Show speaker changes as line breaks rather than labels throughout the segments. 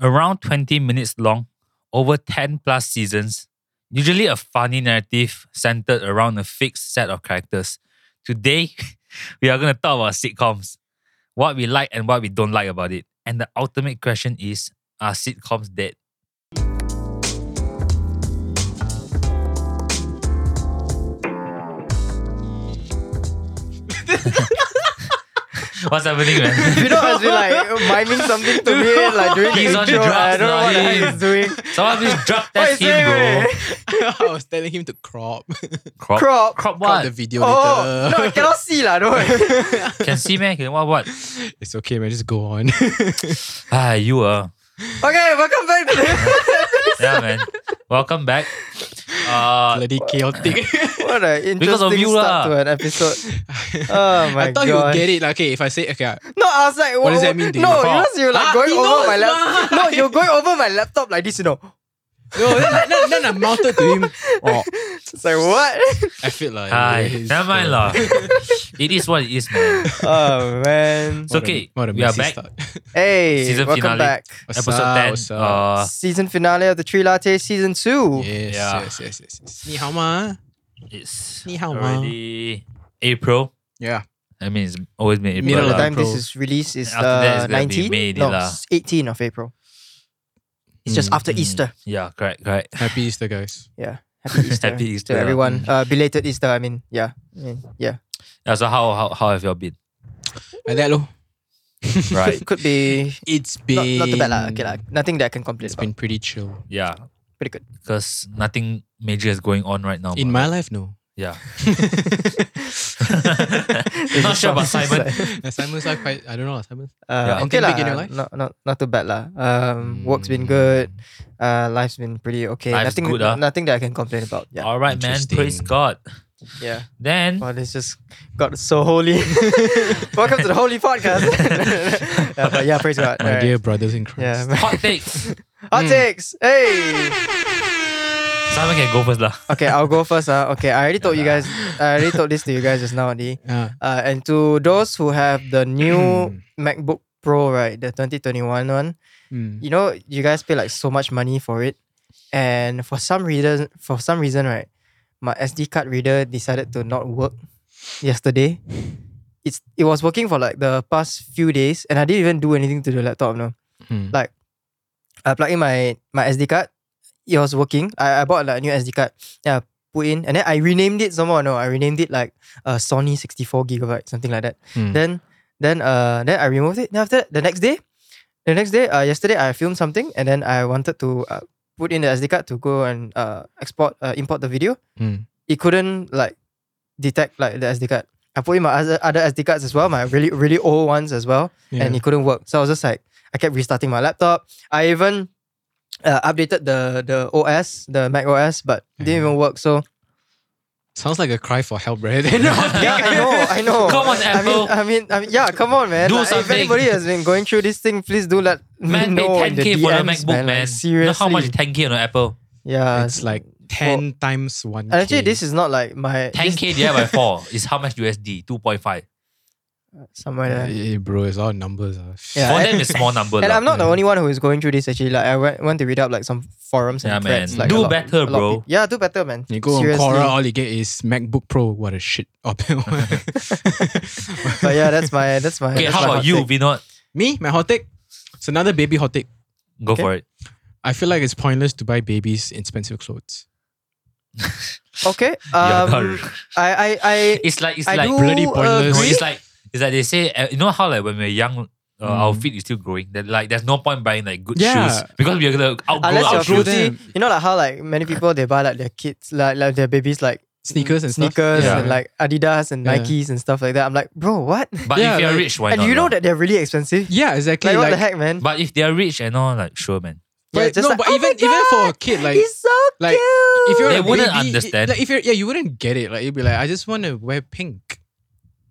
Around 20 minutes long, over 10 plus seasons, usually a funny narrative centered around a fixed set of characters. Today, we are going to talk about sitcoms, what we like and what we don't like about it. And the ultimate question is are sitcoms dead? What's happening, man?
Vino has been like miming something to me, like doing
He's
the
on
intro.
drugs
I don't know
now,
what the heck he's doing.
Someone please drug
What
test
is it,
him, bro.
man?
I was telling him to crop,
Crop.
Crop.
Crop
crop the
what?
video
Oh, no, I
later.
cannot see lah. Don't worry.
Can see, man? Can what? What?
it's okay, man. Just go on.
Ah, you are.
Okay, welcome back to the...
Yeah, man. Welcome back. Uh,
Bloody chaotic.
what an
Because of
interesting
you
start
lah.
to an episode. Oh my
I thought you
god.
would get it. Like, okay, if I say okay, I-
No, I was like,
What does that mean to you?
No,
Crop.
because you're like
Ah,
going
he
over
knows
my laptop. No,
lah.
you're going over my laptop like this, you know.
no, then, then, then I mounted to him. Oh,
It's like what?
I feel like
hi.
it's-
ah, Never mind, lah. It is what it is, man.
oh man.
It's
What a-
okay.
what a
we are
messy
back.
start.
Hey,
Season
welcome
finale.
back.
What's
Episode
up,
10.
what's
Oh,
up?
Uh,
Season finale of the Tree Latte season two.
yes,
yeah.
yes, yes, yes, yes. 你好吗？
it's
Ni hao, ma.
already April.
Yeah.
I mean, it's always been April.
By
Middle of
the
lah.
time this
April.
is released is
After that, it's
uh,
gonna be
19?
May,
no,
lah.
18 of April. It's just after
Mm,
Easter.
Yeah, correct, correct.
Happy Easter, guys.
Yeah. Happy Easter.
Happy Easter. Mm.
To everyone. Uh, belated Easter, I mean. Yeah. I mean, yeah.
Yeah, so how, how, how have y'all been?
Like that, lo.
Right.
Could be
It's
not,
been
not too bad. lah. Okay, lah. nothing that I can complain
It's
about.
been pretty chill.
Yeah.
Pretty good.
Because nothing major is going on right now.
In
ma.
my life, no.
Yeah.
This
Not
is
sure about
something
Simon.
like-
Simon's like quite. I don't know. Simon's
Uh,
Yeah.
Okay,
Anything
lah.
big in your life?
Not, not, not too bad. lah. Um, Work's been
Mm.
good. Uh, life's been pretty okay.
Life's
nothing,
good, ah. Oh.
nothing that I can complain about. Yeah.
All right, man. Praise
Interesting.
God.
Yeah.
Then,
Well, this just got so holy. Welcome to the holy podcast. yeah, but yeah, praise God.
my
Alright.
dear brothers in
Yeah.
Christ.
man.
hot takes.
Hot
Mm.
takes. Hey.
Simon can go first, lah.
Okay, I'll go first. Uh. Okay, I already told you guys. I already told this to you guys just now, Adi.
Yeah.
Uh, and to those who have the
Hmm.
new MacBook Pro, right, the 2021 one,
Mm.
you know, you guys pay like so much money for it, and for some reason, for some reason, right, my SD card reader decided to not work yesterday. It's it was working for like the past few days, and I didn't even do anything to the laptop. No, I plugged in my my SD card. It was working. I, I bought like a new SD card. Yeah, put in, and then I renamed it somewhere. No, I renamed it like uh, Sony sixty four gigabyte, something like that.
Mm.
Then then uh then I removed it. Then after that, the next day, the next day, uh yesterday I filmed something and then I wanted to uh, put in the SD card to go and uh export uh, import the video.
Mm.
It couldn't like detect like the SD card. I put in my other, other SD cards as well, my really really old ones as well, and it couldn't work. So I was just like I kept restarting my laptop. I even uh, updated the the OS, the Mac OS, but it didn't even work. So
sounds like a cry for help, right?
yeah, I know, I know.
Come on, Apple.
I mean, I mean, I mean yeah, come on, man.
Do
Like, If
something.
anybody has been going through this thing, please do let me
Man, pay
know in
10k
the
for the
DMs,
MacBook,
man.
man.
Like,
You
seriously.
know how much 10k on the Apple?
Yeah.
it's like ten times one.
and Uh, actually, this is not like my this-
10k divided by 4 is how much USD? 2.5.
somewhere there.
bro, it's all numbers. ah.
Yeah,
For
and-
them, it's small number.
And
lah.
I'm not the only one who is going through this actually. Like I went, went to read up like some forums and
Yeah, man.
threads. Like
Do
a lot-
better,
a lot of
bro.
peop- Yeah, do better, man.
You go
Seriously.
on Quora, all you get is MacBook Pro. What a shit.
But yeah, that's my that's my.
Okay,
that's
how
my
about
hot
you,
take.
Vinod?
Me, my hot take. It's another baby hot take.
Go
Okay.
for it.
I feel like it's pointless to buy babies expensive clothes.
Okay.
Yeah,
Um, I I I.
It's like, it's
I
like,
do
bloody pointless.
no,
agree.
it's like, it's like they say, uh, you know how like when we're young, uh, our
Mm.
feet is still growing. That like, there's no point buying like good
Yeah.
shoes because we're gonna outgrow
Unless
our
you're
shoes.
outgrow
fruity,
them.
you know like how like many people they buy like their kids like like their babies like
Sneakers and stuff.
sneakers
Yeah.
and like Adidas and
Yeah.
Nikes and stuff like that. I'm like, bro, what?
But
Yeah,
if you're
like-
rich, why
and
not?
you know
lah?
that they're really expensive.
Yeah, exactly.
Like, what the
like-
heck, man?
But if they're rich and all, like, sure, man.
Yeah,
but
it's just
no,
like,
but
"Oh my
even even for a kid, like
He's so
like,
cute.
if you're
They
a
wouldn't
baby, it-
understand.
like if you're yeah, you wouldn't get it. Like you'd be like, I just want to wear pink.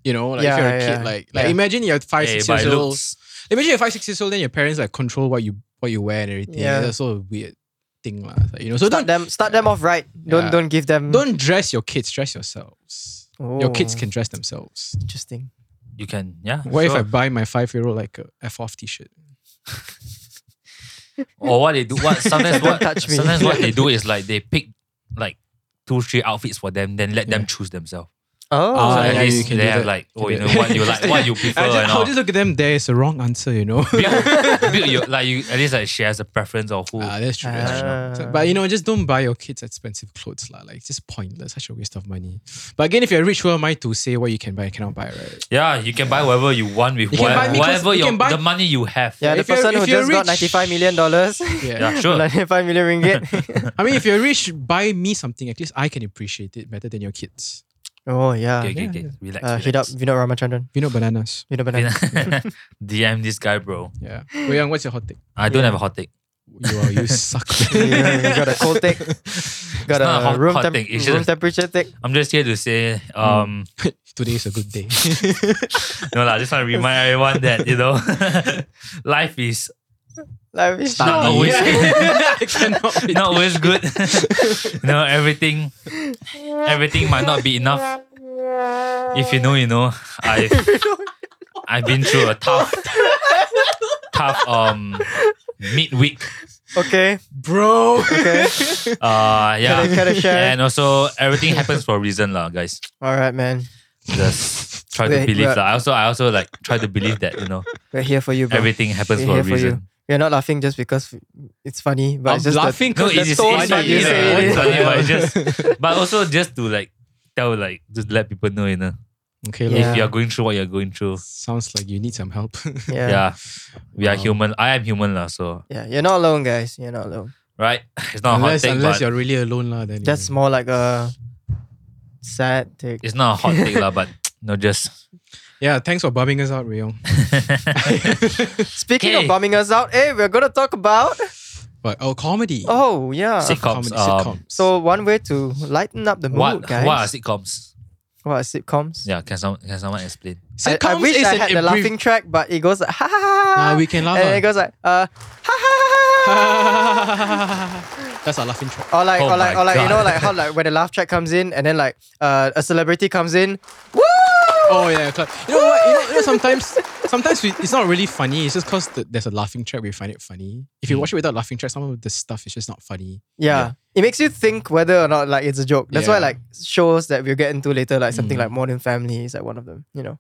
You know, like
Yeah,
if you're
yeah,
a kid,
yeah.
like like
Yeah.
imagine you're five
Hey,
six
but it
years old.
looks-
Imagine you're five six years old, then your parents like control what you what you wear and everything.
Yeah.
Yeah, that's sort of weird thing, lah. Like, you know, so
start
don't
them start them off right. Don't
Yeah.
don't give them
don't dress your kids. Dress yourselves. Your kids
Oh,
can dress themselves.
interesting.
You can, yeah.
What if
sure.
I buy my five year old like a F off t shirt?
or what they do, what sometimes
Don't
what
touch me.
sometimes what they do is like they pick like two three outfits for them, then let
Yeah.
them choose themselves.
Oh,
So
Ah,
at
yeah, you
least
can
they
do
have
that.
like oh you
can
know
do
what
that.
you like what you prefer
I
and
just, I'll
all.
just look at them. There is a wrong answer, you know.
Build- build your- like you at least like she has a preference of who.
Ah, that's true.
Uh,
That's true. So-
Ah.
but you know, just don't buy your kids expensive clothes, lah. Like, it's just pointless. Such a waste of money. But again, if you're rich, who am I to say what you can buy and cannot buy, right?
yeah, you can buy whatever you want with
You can
whatever,
buy me clothes,
whatever
you
your
can buy-
the money you have.
yeah, the
if you're-
person
if
who
you're
just got
rich-
ninety-five million dollars,
Yeah, sure.
ninety-five million ringgit.
I mean, if you're rich, buy me something. At least I can appreciate it better than your kids.
oh yeah,
Okay, okay,
Yeah,
okay.
yeah.
Relax.
uh, hit up
relax.
Vinod Ramachandran.
You know, bananas.
Vinod Banana.
DM this guy, bro.
Yeah. Wei what's your hot take?
I don't have a hot take.
You are you suck.
you, you got a cold take. Got
not a hot-
a room,
hot
temp-
take, it's
room
just-
temperature take.
I'm just here to say, um,
Today is a good day. Mm.
no lah. I just want to remind everyone that you know, life is
Like, we
not
should-
always
I cannot. be-
not always good. you know, everything, everything might not be enough. If you know, you know. I've I've been through a tough, tough um midweek.
Okay,
Bro.
okay.
Uh, yeah.
Can I- can I share?
And also, everything happens for a reason, lah, guys.
All right, man.
Just try to
Wait,
believe
but-
that. I also, I also like try to believe that you know
We're here for you, bro.
everything happens
We're
for a
here for you.
reason.
We're not laughing just because it's funny, but
I'm
it's just that-
laughing
No,
because
it's, it's,
that's so
it's
funny
funny.
you
yeah,
say it
it's
is.
funny, but it's just but also just to like tell like just let people know, you know.
Okay,
Yeah.
If you're going through what you're going through.
Sounds like you need some help. Um,
Yeah.
yeah.
We are
Wow.
human. I am human lah, so
yeah, You're not alone, guys. You're not alone.
right? It's not
unless
a hot take,
unless
but
you're really alone, lah. Then
That's more like a sad
Mm.
take.
it's not a hot take lah, but no just
yeah. Thanks for bumming us out, Ryong.
Speaking
Okay.
of bumming us out, hey, we're gonna talk about
But oh, comedy.
oh yeah.
Sick.
comedy,
Sitcoms, um,
sitcoms.
So one way to lighten up the
what what
mood, guys.
are sitcoms?
what are sitcoms?
Yeah, can someone can someone explain?
I, I
Sitcoms
wish
is
I
an
had the
abbrev-
laughing track, but it goes like ha ha ha, ha.
Ah, we can laugh,
And
ah.
it goes like uh ha ha ha, ha.
That's our laughing track.
Or like,
Oh
or like,
my
or like, you
God.
know, like how like when the laugh track comes in, and then like uh, a celebrity comes in, woo!
Oh yeah, clap. You know what? You know, you know sometimes, sometimes we, it's not really funny. It's just because the, there's a laughing track. We find it funny. If
Hmm.
you watch it without laughing track, some of the stuff is just not funny.
Yeah.
Yeah.
It makes you think whether or not like it's a joke. That's why
Yeah.
like shows that we'll get into later, like something
Mm.
like Modern Family is like one of them, you know.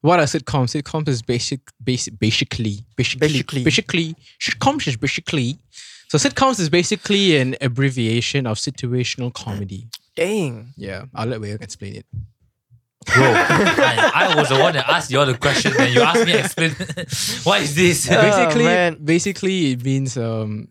What are sitcoms? Sitcoms is basic, basic, basically, basically,
Basically.
basically, Sitcoms is basically. So sitcoms is basically an abbreviation of situational comedy.
Dang.
Yeah, I'll let Wei explain it.
Bro, I, I was the one that asked you all the question and you asked me explain what is this?
Uh, Oh,
basically,
man.
basically, it means um,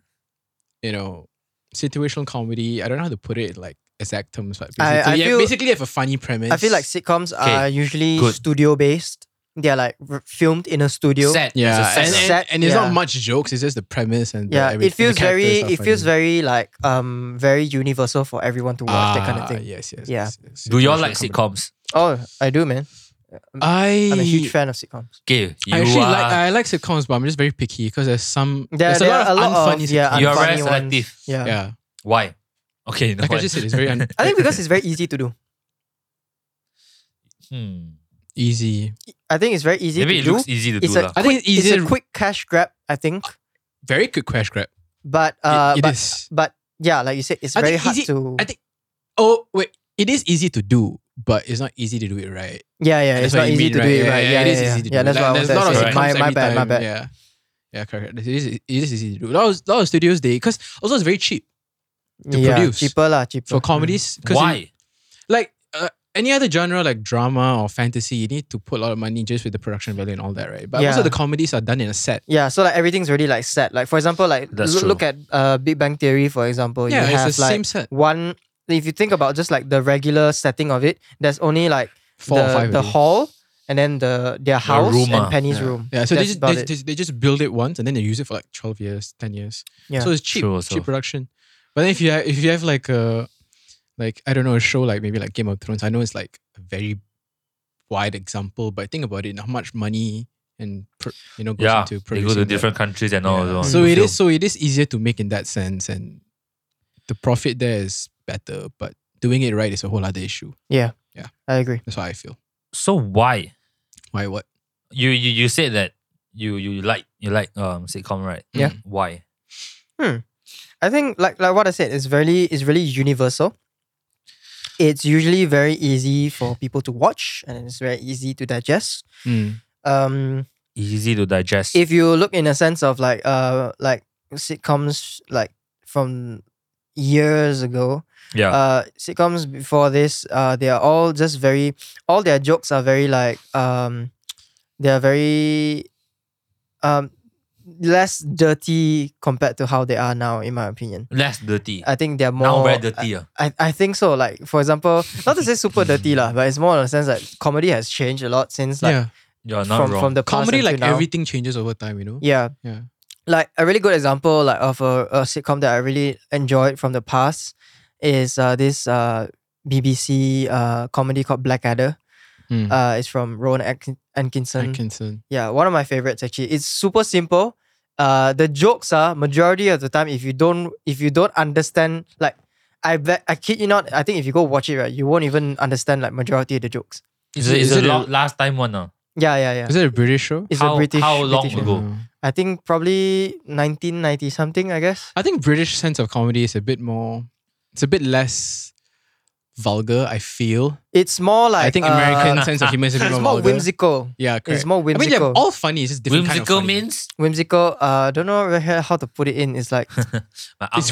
you know, situational comedy. I don't know how to put it in like exact terms, but
I- I
basically, yeah,
feel-
basically have a funny premise.
I feel like sitcoms
Okay,
are usually
good.
studio based. They're like r- filmed in a studio.
set.
yeah,
It's a
and,
set.
and,
Set,
and it's
yeah.
not much jokes. It's just the premise and the
Yeah,
every-
it feels
the characters
very,
are
it feels
funny.
very like um very universal for everyone to watch that kind
Ah,
of thing.
Yes, yes.
Yeah.
yes, yes.
Do y'all
Situational
like
comedy.
sitcoms?
Oh, I do, man.
I
I'm a huge fan of sitcoms.
Okay, you
I actually
are
like I like sitcoms, but I'm just very picky because there's some
There,
there's
there
a lot
are
of unfunny
yeah,
sitcoms.
You are
unfunny
very
ones.
selective.
Yeah.
yeah.
why? Okay, you know
Like uh, I
what?
just said, it's very un-
I think because it's very easy to do.
Hmm.
easy.
I think it's very easy
Maybe
to
it
do.
looks easy to
it's
do
a
lah.
I think it's
it's
easier.
a quick cash grab, I think.
very good crash grab.
But
It-
uh,
it
but,
is.
but yeah, like you said, it's
I
very
think
hard
easy-
to.
I think Oh wait, it is easy to do, but it's not easy to do it right.
yeah, yeah, it's
That's what
not
you
easy
mean,
to do. it right. Yeah,
it
yeah,
is
yeah.
easy to
Yeah,
do.
that's
Like,
what I was
there's a lot
saying.
of
Right.
sitcoms
My, my
every
bad, my
time,
bad.
Yeah, yeah, correct. correct. It is, it is easy to do. A lot of, lot of studios they because also it's very cheap to
yeah,
produce.
cheaper lah, cheaper
for
Mm.
comedies. 'cause
Why?
you- like uh, any other genre like drama or fantasy, you need to put a lot of money just with the production value and all that, right? But most
Yeah.
of the comedies are done in a set.
Yeah, so like everything's already like set. Like for example, like
That's true.
loo- look at uh Big Bang Theory for example.
yeah,
you
it's
have
the
like
same set.
one. If you think about just like the regular setting of it, there's only like
Four
the,
or five.
the
already.
hall and then the their house
room,
and
ah.
Penny's
yeah.
room.
Yeah, so they
That's
just,
about
they,
it.
they, they just build it once and then they use it for like 12 years, 10 years.
Yeah.
So it's cheap,
True also.
cheap production. But then if you have, if you have like a like I don't know a show like maybe like Game of Thrones, I know it's like a very wide example, but think about it, how much money and pr- you know goes
yeah,
into
they
producing
go to
that.
different countries and all.
Yeah.
all
So
the
it
film.
is so it is easier to make in that sense, and the profit there is better. But doing it right is a whole other issue.
I agree.
That's how I feel.
So why?
Why what?
You you you said that you you like you like um sitcom right?
Yeah.
Why?
I think like like what I said, it's very it's really universal. It's usually very easy for people to watch and it's very easy to digest.
Mm.
Um
Easy to digest.
if you look in a sense of like uh like sitcoms like from years ago,
yeah.
uh sitcoms before this, uh they are all just very all their jokes are very like um they are very um less dirty compared to how they are now in my opinion.
Less dirty.
I think they're more uh,
now very
I-
dirty. ah.
I, I think so. Like for example, not to say super dirty lah, but it's more in the sense that comedy has changed a lot since like
yeah.
You're not
from,
wrong.
from the past
Comedy,
until
like
now.
everything changes over time, you know?
Yeah,
Yeah.
like a really good example like of a, a sitcom that I really enjoyed from the past is uh, this uh, BBC uh, comedy called Blackadder.
Mm.
Uh, it's from Rowan Atkin- Atkinson.
Atkinson.
Yeah, one of my favorites actually. It's super simple. Uh, the jokes are majority of the time if you don't if you don't understand like I bet I kid you not I think if you go watch it right you won't even understand like majority of the jokes.
It's a, it's
is
a
it a-
lo- last time one. ah.
Yeah, yeah, yeah.
Is it a British show?
It's
how-
a British.
how long
British-
ago?
Yeah.
I think probably 1990 something. I guess.
I think British sense of comedy is a bit more it's a bit less vulgar, I feel.
It's more like
I think
uh,
American sense of humor is a bit
It's
more,
more
vulgar.
whimsical.
Yeah, correct.
It's more
I mean,
whimsical.
they're all funny. It's just different kind of
Whimsical
funny.
means
whimsical. Uh, don't know where- how to put it in. It's like
my
It's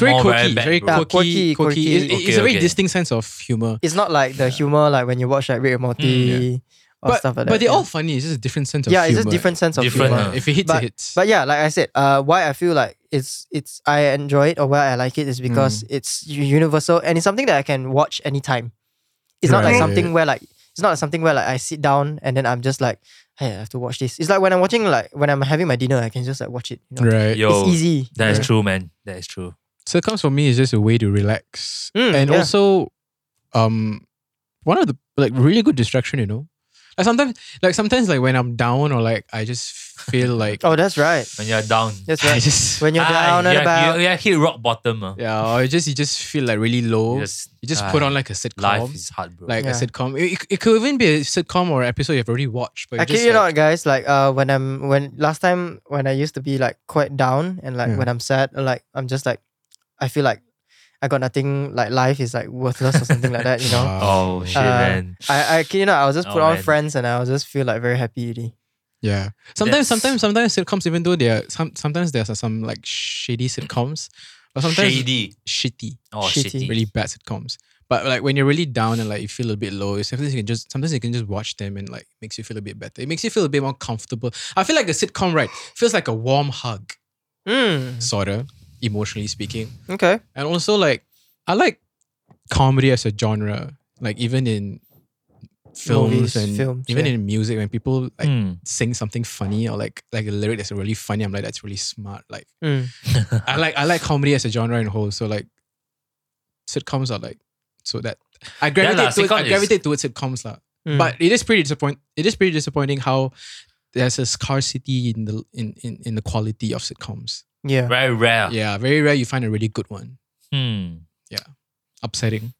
angmoh
very
very
quirky.
bad,
very
bro.
Yeah,
quirky,
quirky,
quirky.
quirky.
It- it- It's,
Okay,
a very
okay.
distinct sense of humor.
it's not like the humor like when you watch like Rick and Morty or
Mm, But,
stuff like that.
but they're
yeah.
all funny. It's just a different sense of
yeah,
humor.
it's just different sense of
Different,
humor.
uh,
If it hits,
But-
it hits.
But yeah, like I said, uh, why I feel like it's it's I enjoy it or why I like it is because
Mm.
it's u- universal and it's something that I can watch anytime. It's not like
Right.
something where like it's not something where like I sit down and then I'm just like, hey, I have to watch this. It's like when I'm watching like when I'm having my dinner, I can just like watch it. You know?
right.
Yo,
It's easy.
that is
Yeah.
true, man. That is true.
Sitcoms for me is just a way to relax.
Mm,
and
yeah.
also um one of the like really good distraction, you know. Like sometimes like sometimes like when I'm down or like I just feel like
Oh, that's right.
When you're down.
That's
I
right.
just
When you're
Ah,
down
you
and
have-
about,
You, you have hit rock bottom. ah.
yeah, or you just you just feel like really low.
You just,
you just
ah,
put on like a sitcom.
Life is hard, bro.
like a
Yeah.
sitcom. It, it could even be a sitcom or episode you've already watched, but you're
I kid
just
you not,
like,
guys. Like uh, when I'm when last time when I used to be like quite down and like
Yeah.
when I'm sad, or, like I'm just like, I feel like I got nothing. Like life is like worthless or something like that. You know.
wow.
oh, shit,
Uh,
man.
I I kid you not. I will just
Oh,
put on
man.
friends and I will just feel like very happy. already.
yeah.
That's-
Sometimes, sometimes, sometimes sitcoms, even though they are some, sometimes there's some like shady sitcoms, but sometimes
Shady.
shitty,
Oh,
shitty.
shitty.
really bad sitcoms. But like when you're really down and like you feel a bit low, sometimes you can just sometimes you can just watch them and like makes you feel a bit better. It makes you feel a bit more comfortable. I feel like a sitcom, right, feels like a warm hug,
Mm,
sorta, emotionally speaking.
okay.
And also like I like comedy as a genre. Like even in films
Movies,
and
films,
even
yeah. Mm.
in music when people like
Hmm.
sing something funny or like like a lyric that's really funny, I'm like that's really smart. Like
Mm.
I like I like comedy as a genre in whole. So like sitcoms are like so that I gravitate
lah,
towards,
sitcom
I
is- Hmm.
gravitate towards sitcoms lah.
mm.
But it is pretty disappoint it is pretty disappointing how there's a scarcity in the in, in, in the quality of sitcoms.
yeah,
Very rare.
Yeah, very rare you find a really good one.
Hmm.
Upsetting,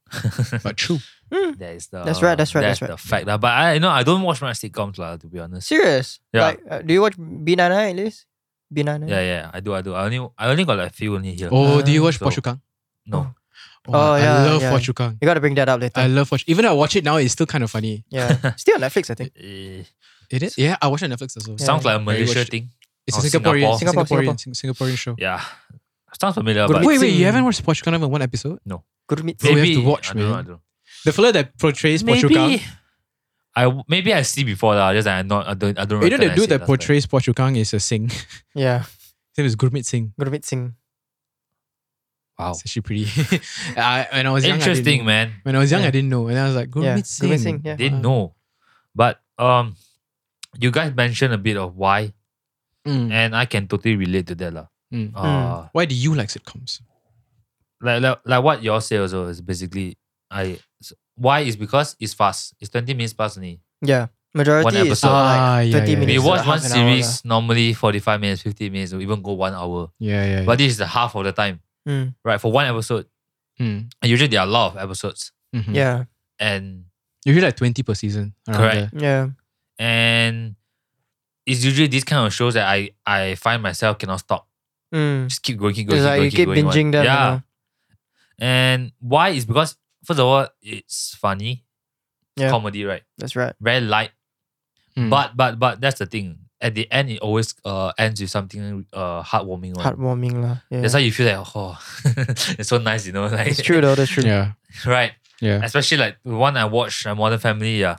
but true.
That is the
That's right, that's right,
That's,
that's right.
the fact. lah. But I you know I don't watch my sitcoms lah, to be honest.
serious.
Yeah.
Like, uh, do you watch B Nana at least? B Nana.
Yeah, yeah. I do, I do. I only I only got like a few only here.
Oh, do you
Ah,
watch
so-
Pochukang?
No.
Oh,
Oh,
I
yeah,
love
yeah.
Pochukang.
You gotta bring that up later.
I love watch. Even though I watch it now, it's still kind of funny.
yeah, still on Netflix, I think.
Eh,
It is. Yeah, I watch it on Netflix as well.
Sounds like a
Very
Malaysia
watched-
thing.
It's
Oh,
a
Singapore.
Singaporean,
Singapore,
Singaporean, Sing- Singaporean show.
Yeah. Sounds familiar,
Good
but
Wait, wait,
Sing-
you haven't watched Pochukang even one episode?
Good meet.
So we have
maybe
to watch,
I don't know,
man.
I don't know.
The fella that portrays Pochukang,
Maybe I w- maybe I see before lah. Just that I not I don't I don't.
you know the
recognise
dude
it
that
last
portrays Pochukang is a Singh.
Yeah,
His name is Gurmit Singh.
Good meet Singh.
time. Wow.
It's actually pretty. I, when I was young, I didn't
Interesting,
know.
man.
When I was young,
Yeah.
I didn't know, and I was like, Gurmit
Yeah, Gurmeet
Singh.
Singh, yeah.
Didn't know, but um, you guys mentioned a bit of why,
Mm.
and I can totally relate to that lah.
Mm.
Uh,
Why do you like sitcoms?
like, like like what y'all say also is basically I s- why is because it's fast. It's twenty minutes fast only.
Yeah, majority is
episode.
all
Ah,
like
yeah,
thirty
yeah,
We
minutes. to
Minutes
watch
half
one
an hour lah.
series normally forty five minutes, fifty minutes, or even go one hour.
Yeah, yeah. yeah.
But this is the half of the time,
Mm,
right? For one episode,
Mm.
and usually there are a lot of episodes,
Mhm.
Yeah,
and
Usually like 20 per season. around
Correct.
there.
yeah,
and it's usually these kind of shows that I I find myself cannot stop.
Mm.
Just keep going, keep going,
It's
keep
like
going,
you
keep
keep
going,
binging
one.
them.
Yeah.
Yeah.
And why is because first of all, it's funny. It's
Yeah.
comedy, right?
That's right.
Very light.
Mm.
But but but that's the thing. At the end, it always uh ends with something uh heartwarming. One.
Heartwarming lah. Yeah.
That's how you feel like oh, it's so nice, you know. Like,
it's true though. That's true.
yeah,
right?
yeah.
Especially like the one I watched, uh, Modern Family. Yeah,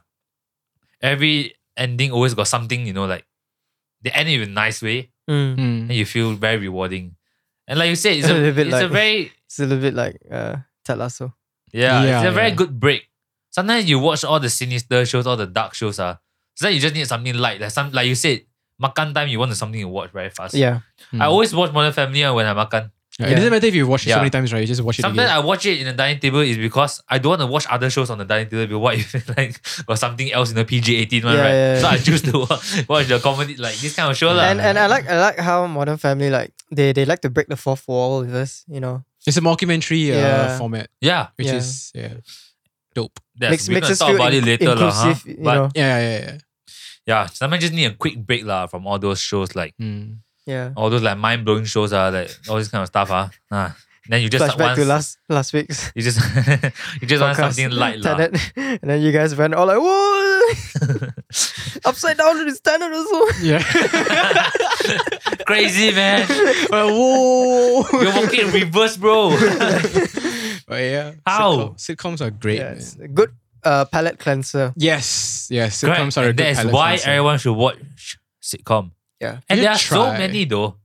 every ending always got something, you know. Like they end it in a nice way,
Mm.
Mm.
and you feel very rewarding. And like you said, it's a,
A little bit
it's a
like-
very
It's a little bit like uh, Ted Lasso.
Yeah, it's
Yeah,
a very
yeah.
good break. Sometimes you watch all the sinister shows, all the dark shows, ah. Sometimes you just need something light. Like some like you said, makan time you want something to watch very fast.
Yeah.
I always watch Modern Family ah, when I makan.
mm. Yeah,
Yeah.
It doesn't matter if you watch it
Yeah.
so many times, right? You just watch it
Sometimes
again.
I watch it in the dining table is because I don't want to watch other shows on the dining table. But what if like or something else in the PG eighteen one,
Yeah,
right?
yeah,
So I
yeah.
choose to wa- watch the comedy like this kind of show lah.
And and I like I like how Modern Family like they they like to break the fourth wall with us. You know,
It's a mockumentary uh,
Yeah.
format,
yeah,
which
Yeah.
is yeah, dope.
that's,
makes
we're
makes
gonna
us
talk
feel
about it
in-
later lah. huh?
inclusive. You
But
know.
Yeah, yeah, yeah.
yeah, sometimes just need a quick break lah from all those shows like.
yeah. Mm.
Yeah.
all those like mind blowing shows are like all this kind of stuff ah. Ah. Then you just
Flashback
like, once
to last last week's
you just you just want
podcast,
something light lah.
Tenet. and then you guys went all like whoa, upside down to the standard also.
Yeah.
Crazy man,
whoa.
you're walking in reverse, bro.
But Oh, yeah.
How?
Sitcom, sitcoms are great.
yeah,
man.
it's a good uh, palette cleanser.
Yes. Yes. Sitcoms
Correct.
are a
And
good
that is
palate
why
cleanser.
everyone should watch sitcom.
Yeah.
and
You
there are so
try.
many though.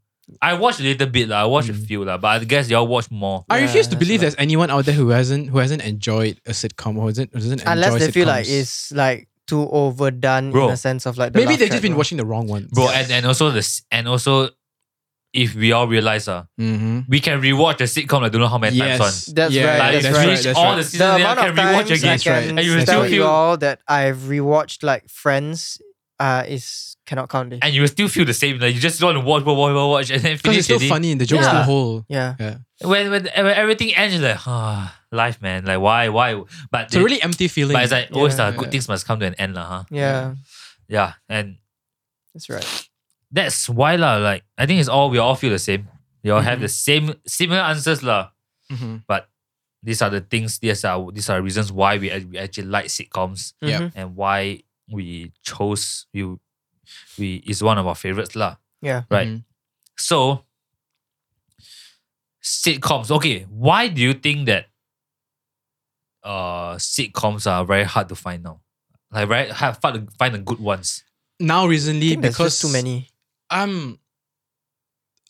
I watched a little bit lah. I watched a
Mm.
few lah, but I guess y'all watch more.
I
Yeah,
refuse to
that's right.
believe there's anyone out there who hasn't who hasn't enjoyed a sitcom or doesn't, doesn't
Unless
enjoy
they feel like
sitcoms.
it's like too overdone
Bro.
in a sense of like the
maybe
laugh
they've just
track,
been
though.
watching the wrong ones,
bro, and, and also this, and also if we all realize ah,
Mm-hmm.
we can rewatch the sitcom. I don't know how many times
Yes,
on.
That's right,
Like,
that's
it's
right,
reached
that's
all the
right. The
seasons,
the
then
amount
I
of
can rewatch
times
again.
I
That's right.
can
And you will
tell
still
you
feel-
all that I've rewatched like Friends uh, is cannot count eh? it.
and you will still feel the same. Like you just want to watch, watch, watch, watch, watch, and then
Because
finish
it's still
already.
funny and the jokes still
Yeah.
whole.
Yeah,
Yeah.
When, when when everything ends, you're like, huh, life, man. Like why, why? But
It's a
they-
really empty feeling.
but it's like always
Yeah.
uh, good things must come to an end, lah. Huh?
yeah,
Yeah, and
that's right.
that's why, lah. Like I think it's all we all feel the same. We all have
Mhm.
the same similar answers, lah.
Mhm.
These are the things. These are these are reasons why we, act- we actually like sitcoms
Yeah.
Mhm.
and why we chose you. We is one of our favorites, lah.
Yeah.
Right.
Mhm.
So, sitcoms. Okay, why do you think that uh sitcoms are very hard to find now? Like very hard hard to find the good ones.
Mm-hmm. Now
I
recently
think there's
because
just too many.
Um,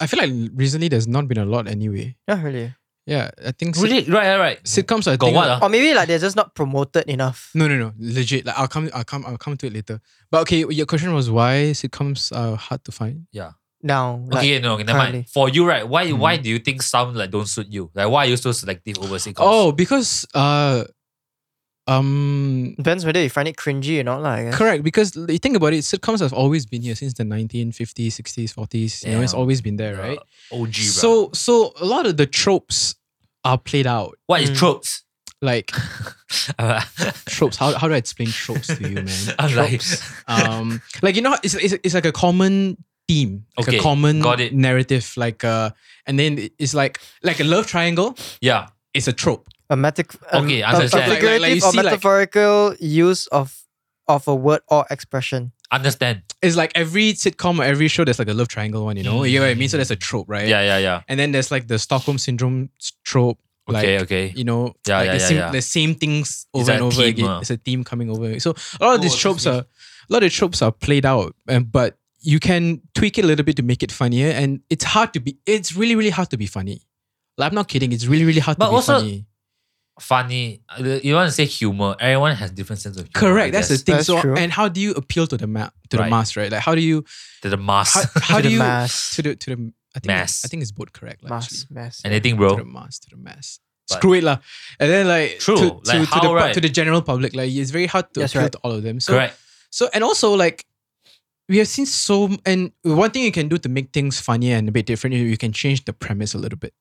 I feel like recently there's not been a lot anyway.
Not really.
Yeah, I think sit-
Really? Right, right, right.
sitcoms are
Got what? ah?
Or maybe like they're just not promoted enough.
No, no, no. Legit. Like I'll come, I'll come, I'll come to it later. But okay, your question was why sitcoms are hard to find.
Now, like,
okay, no, okay, never
currently.
mind. For you, right? Why
Mhm.
why do you think some like don't suit you? Like why are you so selective over sitcoms?
Oh, because uh, um,
depends whether you find it cringy or not, like. I guess.
correct. Because you think about it, sitcoms have always been here since the 1950s, 60s, 40s. You know, it's
Damn.
always been there,
Uh,
right?
OG. bruh.
So, so a lot of the tropes are played out.
what is
Mm.
tropes?
Like
Uh,
tropes. How, how do I explain tropes to you, man?
I'm like-
Tropes. um like you know it's, it's, it's like a common theme like
Okay,
a common
got it.
narrative like uh and then it- it's like like a love triangle
yeah.
it's a trope
a metac- um,
Okay,
a-
understand.
a
Like-
like- like
figurative
you
or
see, like-
metaphorical use of of a word or expression.
Understand.
it's like every sitcom or every show there's like a love triangle one you know you know what i mean so there's a trope right
Yeah, yeah, yeah.
and then there's like the stockholm syndrome s- trope like
Okay, okay.
you know
Yeah, yeah,
like the,
yeah,
same,
yeah.
the same things over
It's like
and
a
over
theme,
again
uh.
it's a theme coming over so a lot of these
Oh,
tropes
okay.
are a lot of tropes are played out and but you can tweak it a little bit to make it funnier and it's hard to be it's really really hard to be funny like, i'm not kidding it's really really hard
But
to be
also-
funny
Funny. Uh, You want to say humor. Everyone has different sense of humor.
correct
I
that's the
guess.
thing
That's
so
true.
and how do you appeal to the map to
Right.
the mass right like how do you
To the mass.
how, how
To
do
the
you
mass.
to the to the I think
Mass.
I think it's both correct like,
Mass,
actually.
mass.
Anything, bro.
to the mass to the mass.
But-
Screw it lah. And then like
True,
to,
like
to, to
how,
the pu-
right?
to the general public, like it's very hard to
That's
appeal
right.
to all of them. So
Correct.
so and also like we have seen so and one thing you can do to make things funnier and a bit different, you you can change the premise a little bit.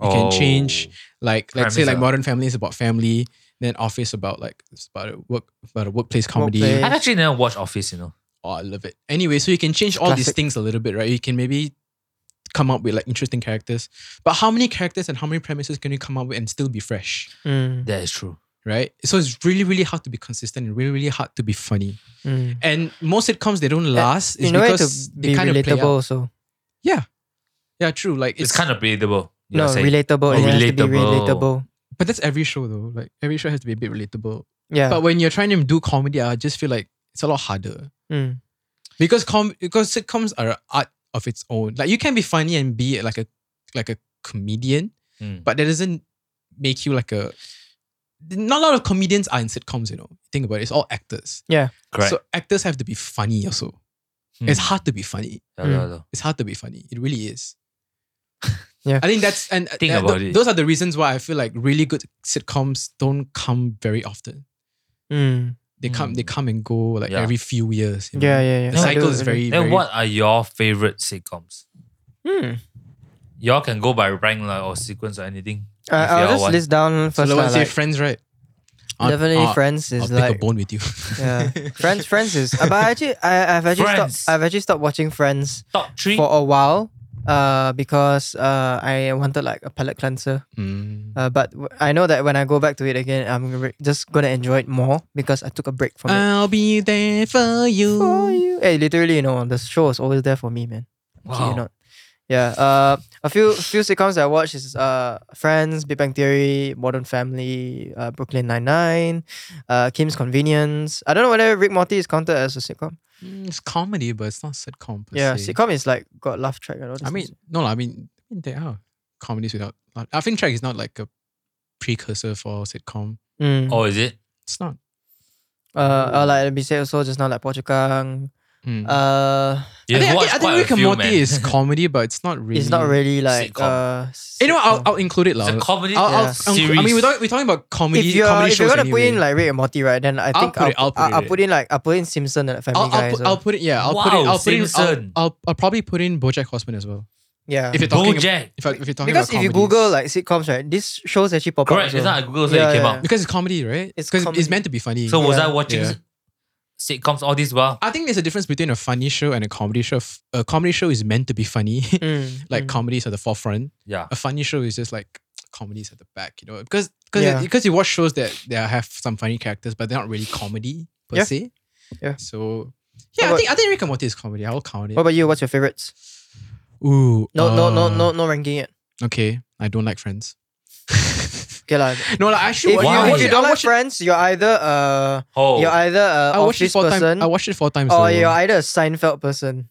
You
Oh.
can change like let's say
Premise,
like
ah.
Modern Family is about family, then Office about like it's about a work about a workplace comedy.
Workplace.
I've actually never watched Office, you know.
Oh, I love it. Anyway, so you can change all these
Classic.
things a little bit, right? You can maybe come up with like interesting characters. But how many characters and how many premises can you come up with and still be fresh,
Mm,
That is true.
right? So it's really, really hard to be consistent and really, really hard to be funny.
mm.
And most sitcoms they don't last. It's
In a way to
because they
be
kind of play
relatable
out.
also.
Yeah, true. Like
It's, kind of relatable. you
No,
are saying. Oh,
relatable. it has to be
relatable.
relatable.
but that's every show though. Like every show has to be a bit relatable.
Yeah.
But when you're trying to do comedy, I just feel like it's a lot harder
Mm,
because com because sitcoms are an art of its own. Like you can be funny and be like a like a comedian,
Mm.
but that doesn't make you like a. Not a lot of comedians are in sitcoms, you know. Think about it; it's all actors.
Correct.
So actors have to be funny also.
Hmm.
It's hard to be funny.
Yeah, yeah, yeah.
It's hard to be funny. It really is.
Yeah.
I think that's and
Think
and
about
th-
it.
those are the reasons why I feel like really good sitcoms don't come very often.
mm.
They come they
Mm.
come and go like
Yeah.
every few years. you know.
Yeah, yeah, yeah.
The
I
cycle
do-
is
I do.
very
Then
very
what are your favorite sitcoms?
Hmm.
Y'all can go by rank like, or sequence or anything.
Uh,
If
I'll
you are
just
one.
list down
So
first.
I
lah,
would say
like,
friends, right? I'll-
definitely,
I'll-
friends
I'll
is
pick a
like
bone with you.
yeah. Friends, Friends is. uh, But actually, I, I've actually
Friends.
stopped. I've actually stopped watching Friends
Top three.
for a while. Uh, because uh, I wanted like a palate cleanser.
Mm.
Uh, but w- I know that when I go back to it again, I'm re- just gonna enjoy it more because I took a break from it.
I'll be there for you.
For you, hey, literally, you know, the show is always there for me, man. Kid you
wow.
not. Yeah. Uh, a few few sitcoms that I watch is uh Friends, Big Bang Theory, Modern Family, uh, Brooklyn Nine Nine, uh, Kim's Convenience. I don't know whether Rick Morty is counted as a sitcom.
Mm, It's comedy, but it's not sitcom. per
yeah,
se.
sitcom is like got laugh track and all.
I
these
mean,
things.
no, I mean they are comedies without. I think track is not like a precursor for sitcom.
Mm.
Oh, is it?
It's not.
uh, uh, like we said also just now, like Portugang.
Mm.
Uh,
You've
I think, I
watched
think, I think
quite a
Rick and
few,
Morty
man.
is comedy, but it's not really.
it's not really like
Sitcom.
uh.
You know, what, I'll,
sitcom.
I'll include it.
It's
lah.
a comedy
I'll, I'll,
Yeah.
I'll include- I mean, we're, talk, we're talking about comedy.
if you're
comedy
if you're
shows
gonna put in
anyway.
like Rick and Morty, right, then I
I'll
think
put it- I'll put it
I'll
in.
put in like I'll put in Simpson and Family
I'll,
Guy.
I'll, put,
so-
I'll put it. Yeah, I'll put
Wow,
it. I'll put it. I'll,
Simpson.
I'll, I'll probably put in BoJack Horseman as well.
yeah.
If you're talking, ab-
BoJack.
if, I, if you're talking
because
about
if you
comedies.
Google like sitcoms, right, these shows actually pop up.
Correct.
also.
It's not I Google so it
Yeah,
came
yeah.
out.
because it's comedy, right?
It's
because
comedy.
it's meant to be funny.
So was
Yeah.
I watching
Yeah.
sitcoms all this while?
I think there's a difference between a funny show and a comedy show. F- A comedy show is meant to be funny.
Mm,
like
mm.
comedies at the forefront.
Yeah.
A funny show is just like comedies at the back, you know, because because
Yeah.
because you watch shows that that have some funny characters, but they're not really comedy per
Yeah.
se.
Yeah.
So
What
yeah, I
about-
think I think Rick and Morty is comedy. I'll count it.
What about you? What's your favorites?
Ooh,
No, no, no,
uh,
no, no ranking yet.
Okay, I don't like Friends.
Okay lah.
No, like I
If
should.
you,
watch
Why?
it.
if you
I
don't like
watch it-
Friends, you're either uh,
Oh.
you're either a
I watched
office
it four times.
person Oh,
I watched it four times.
or
though.
you're either a Seinfeld person.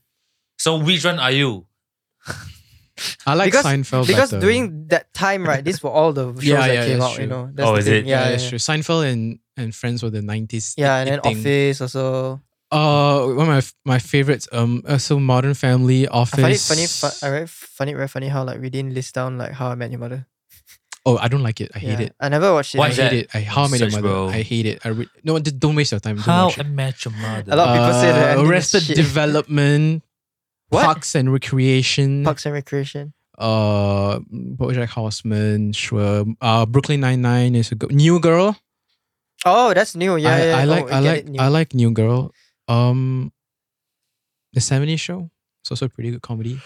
So which one are you?
I like
because-
Seinfeld
Because
better.
during that time, right, these were all the shows
Yeah,
that
yeah,
came
that's
out.
true.
You know, that's
Oh,
the
is
thing.
it?
Yeah, yeah,
that's
yeah.
true. Seinfeld and and Friends were the nineties.
Yeah, and then
thing.
Office also.
Uh, one of my f- my favorites. Um, uh, so Modern Family,
I
Office.
find it funny. Fu- I very funny, very funny how like we didn't list down like How I Met Your Mother.
Oh, I don't like it. I hate
yeah.
it.
I never watched it.
Why
I
is
yeah.
hate
that?
it. I how many
Search,
mother.
bro.
I hate it. I re- no, just don't waste your time. Don't
How
watch
I
it.
Met Your Mother.
A lot of people say that,
Uh,
I think it's
Arrested
shit.
Development,
What?
Parks and Recreation,
Parks and Recreation.
uh, BoJack Horseman, sure. Uh, Brooklyn Nine Nine is a good New Girl.
Oh, that's new. Yeah,
I,
yeah.
I
oh,
like
we
I
get
like
it new.
I like New Girl. Um, the '70s show. It's also a pretty good comedy.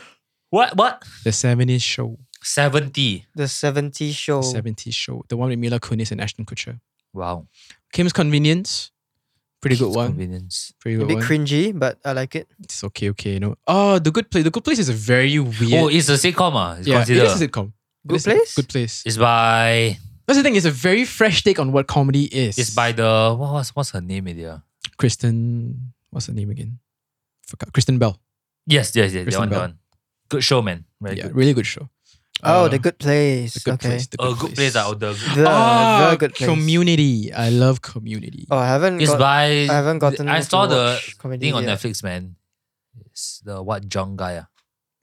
What? What?
The '70s show,
70.
the 70 show.
the '70s show, the one with Mila Kunis and Ashton Kutcher.
Wow.
Kim's Convenience, pretty good
It's
one.
Convenience.
Pretty
A
good
bit
one.
cringy, but I like it.
It's okay, okay. You know. Oh, the good place. The good place is a very weird.
Oh, it's a sitcom. Ah, it's
yeah,
considered.
it is a sitcom. It
Good
is a
Place?
Good place.
It's by
That's the thing. It's a very fresh take on what comedy is.
it's by the what was what's her name there?
Kristen. What's her name again? Forgot. Kristen Bell.
Yes, yes, yes. That
Kristen
one, that
Bell.
one. Good show, man. Very
yeah,
good.
really good show.
Oh,
Uh,
The Good Place.
The good
okay. Oh,
place. The good
A good place. ah, or the good-
The,
Ah,
the Good Place.
community. I love community.
Oh, I haven't.
It's
got-
by
I haven't gotten.
I
to
saw the
watch comedy
thing on
yet.
Netflix, man. It's the what Jong guy? ah?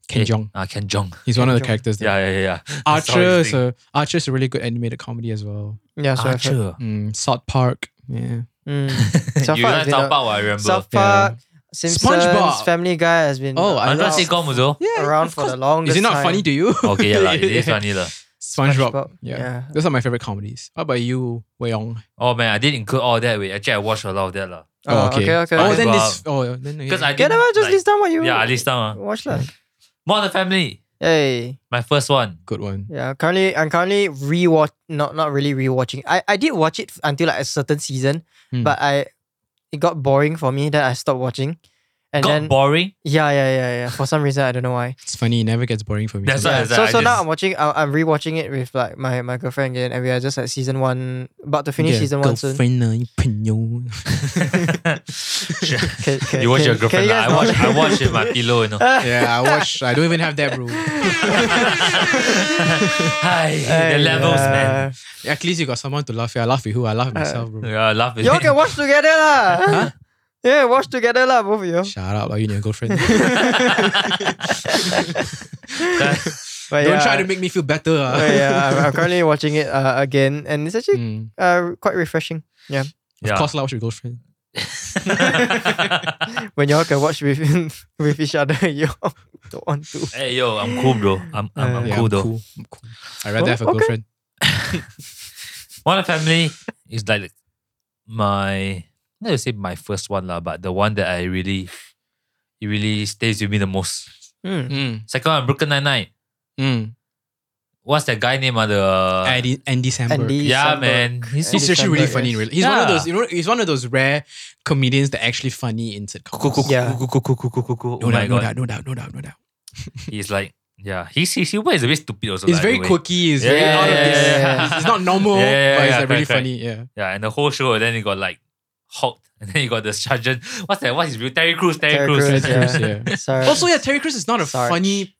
Ken
Eh,
Jeong.
Ah, Ken Jong.
He's
Ken
one of the
Jeong.
characters. there.
Yeah, yeah, yeah. yeah. I saw
Archer
his
is
thing.
a Archer is a really good animated comedy as well.
Yeah, so I've heard.
Archer.
Mm, South Park. Yeah.
Mm. South
Ah, you
Park
like
has been
South
a-
Park, ah, I remember.
South
Yeah.
Park, Simpsons,
SpongeBob.
Family Guy has been
Oh, I
I'm not
love.
sitcom also.
Yeah.
around
of
for the
course.
longest
Is it not
time.
funny to you?
Okay, yeah, lah. it is funny lah.
SpongeBob.
SpongeBob,
Yeah.
yeah.
Those are my favorite comedies. How about you, Wei Yong?
Oh man, I did include all that. Wait, actually, I watched a lot of that lah.
Oh, okay, okay.
Oh,
okay.
then this. Oh, then
Because I
Get
didn't,
out, just
like-
list down what you
Yeah, I list down. ah.
watch lah.
Modern Family.
Hey,
My first one.
Good one.
yeah. Currently, I'm currently rewatch. Not not really rewatching. I I did watch it until like a certain season,
Hmm.
but I it got boring for me. Then I stopped watching, and
Got
then
boring.
yeah yeah yeah yeah. For some reason, I don't know why.
It's funny. It never gets boring for me.
That's
so-
why-
Yeah,
is
so
uh, I
so now
just-
I'm watching. I, I'm rewatching it with like my my girlfriend again, and we are just at season one, about to finish
Yeah,
season one soon.
girlfriend, uh, 朋友.
Can- can-
you watch your
can- can
girlfriend.
you
lah. I
guys
watch.
not-
I watch with my pillow. You know.
yeah, I watch. I don't even have that, bro.
Hi, the
Hey,
levels, man.
yeah.
At least you got someone to laugh. at. I laugh with who? I laugh with myself, bro.
Yeah, I laugh. with
Y'all
me.
can watch together lah. Yeah, watch together lah, both of you.
Shut up, lah, you and your girlfriend.
But
Don't
yeah,
try to make me feel better. ah.
but yeah, I'm, I'm currently watching it uh, again, and it's actually
Mm.
Hmm.
uh, quite refreshing
Of course, lah, watch your girlfriend.
Yeah.
when y'all can watch with with each other. You don't want to.
hey yo, I'm cool, bro. I'm I'm, I'm
Uh,
Yeah,
cool
I'm
though.
cool. I'm cool. I'd rather
Oh,
have a
okay.
girlfriend.
Modern Family is like my not to say my first one lah, but the one that I really it really stays with me the most.
Hmm.
Mm.
Second one, Brooklyn Nine Nine.
Mm.
What's that guy name? Of the
Andy, Andy Samberg.
Andy
yeah,
Samberg.
man. He's so
He's actually really
Samberg,
funny.
yes.
Really, he's one of
Yeah.
those. You know, he's one of those rare comedians that actually funny in sitcoms.
cool, cool, cool,
Yeah.
cool, cool, cool, cool, cool, cool, cool.
No
Oh my
doubt,
god,
no doubt, no doubt, no doubt, no doubt.
he's like yeah. He's his humor is a bit stupid also. lah, in
It's
a
very
way.
quirky. It's
Yeah,
very
yeah,
out of
yeah,
this.
yeah, yeah.
It's- It's not normal,
Yeah, yeah,
but it's
yeah,
like really
correct, correct.
funny. Yeah.
Yeah, and the whole show, and then he got like hulked, and then he got the sergeant. What's that? What's his real Terry Crews? Terry,
Terry
Crews.
Crews,
Terry Crews.
Yeah.
Yeah. Sorry.
Also, yeah, Terry Crews is not a
Sarge.
funny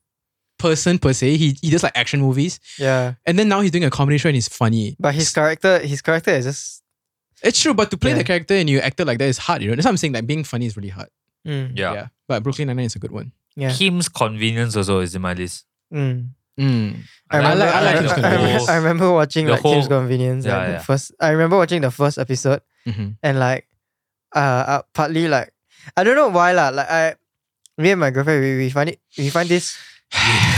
person per se. He he does like action movies,
yeah,
and then now he's doing a comedy show and he's funny.
but his character, his character is just.
It's true, but to play
Yeah.
the character and you acted like that is hard. You know, that's what I'm saying. Like being funny is really hard.
Mm,
Yeah.
But Brooklyn Nine Nine is a good one.
yeah.
Kim's convenience also is in my list.
Mm.
Mm.
I,
like-
remember,
I like Kim's
I,
Convenience.
remember- I remember watching
The
like Kim's
whole-
Convenience.
Yeah,
like, the
yeah.
First, I remember watching the first episode
hmm
and like, uh, uh partly like, I don't know why lah. Like I, me and my girlfriend, we, we find it, we find this,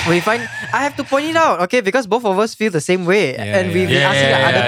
we find. I have to point it out, okay, because both of us feel the same way,
Yeah,
and we've
yeah,
been asking like, other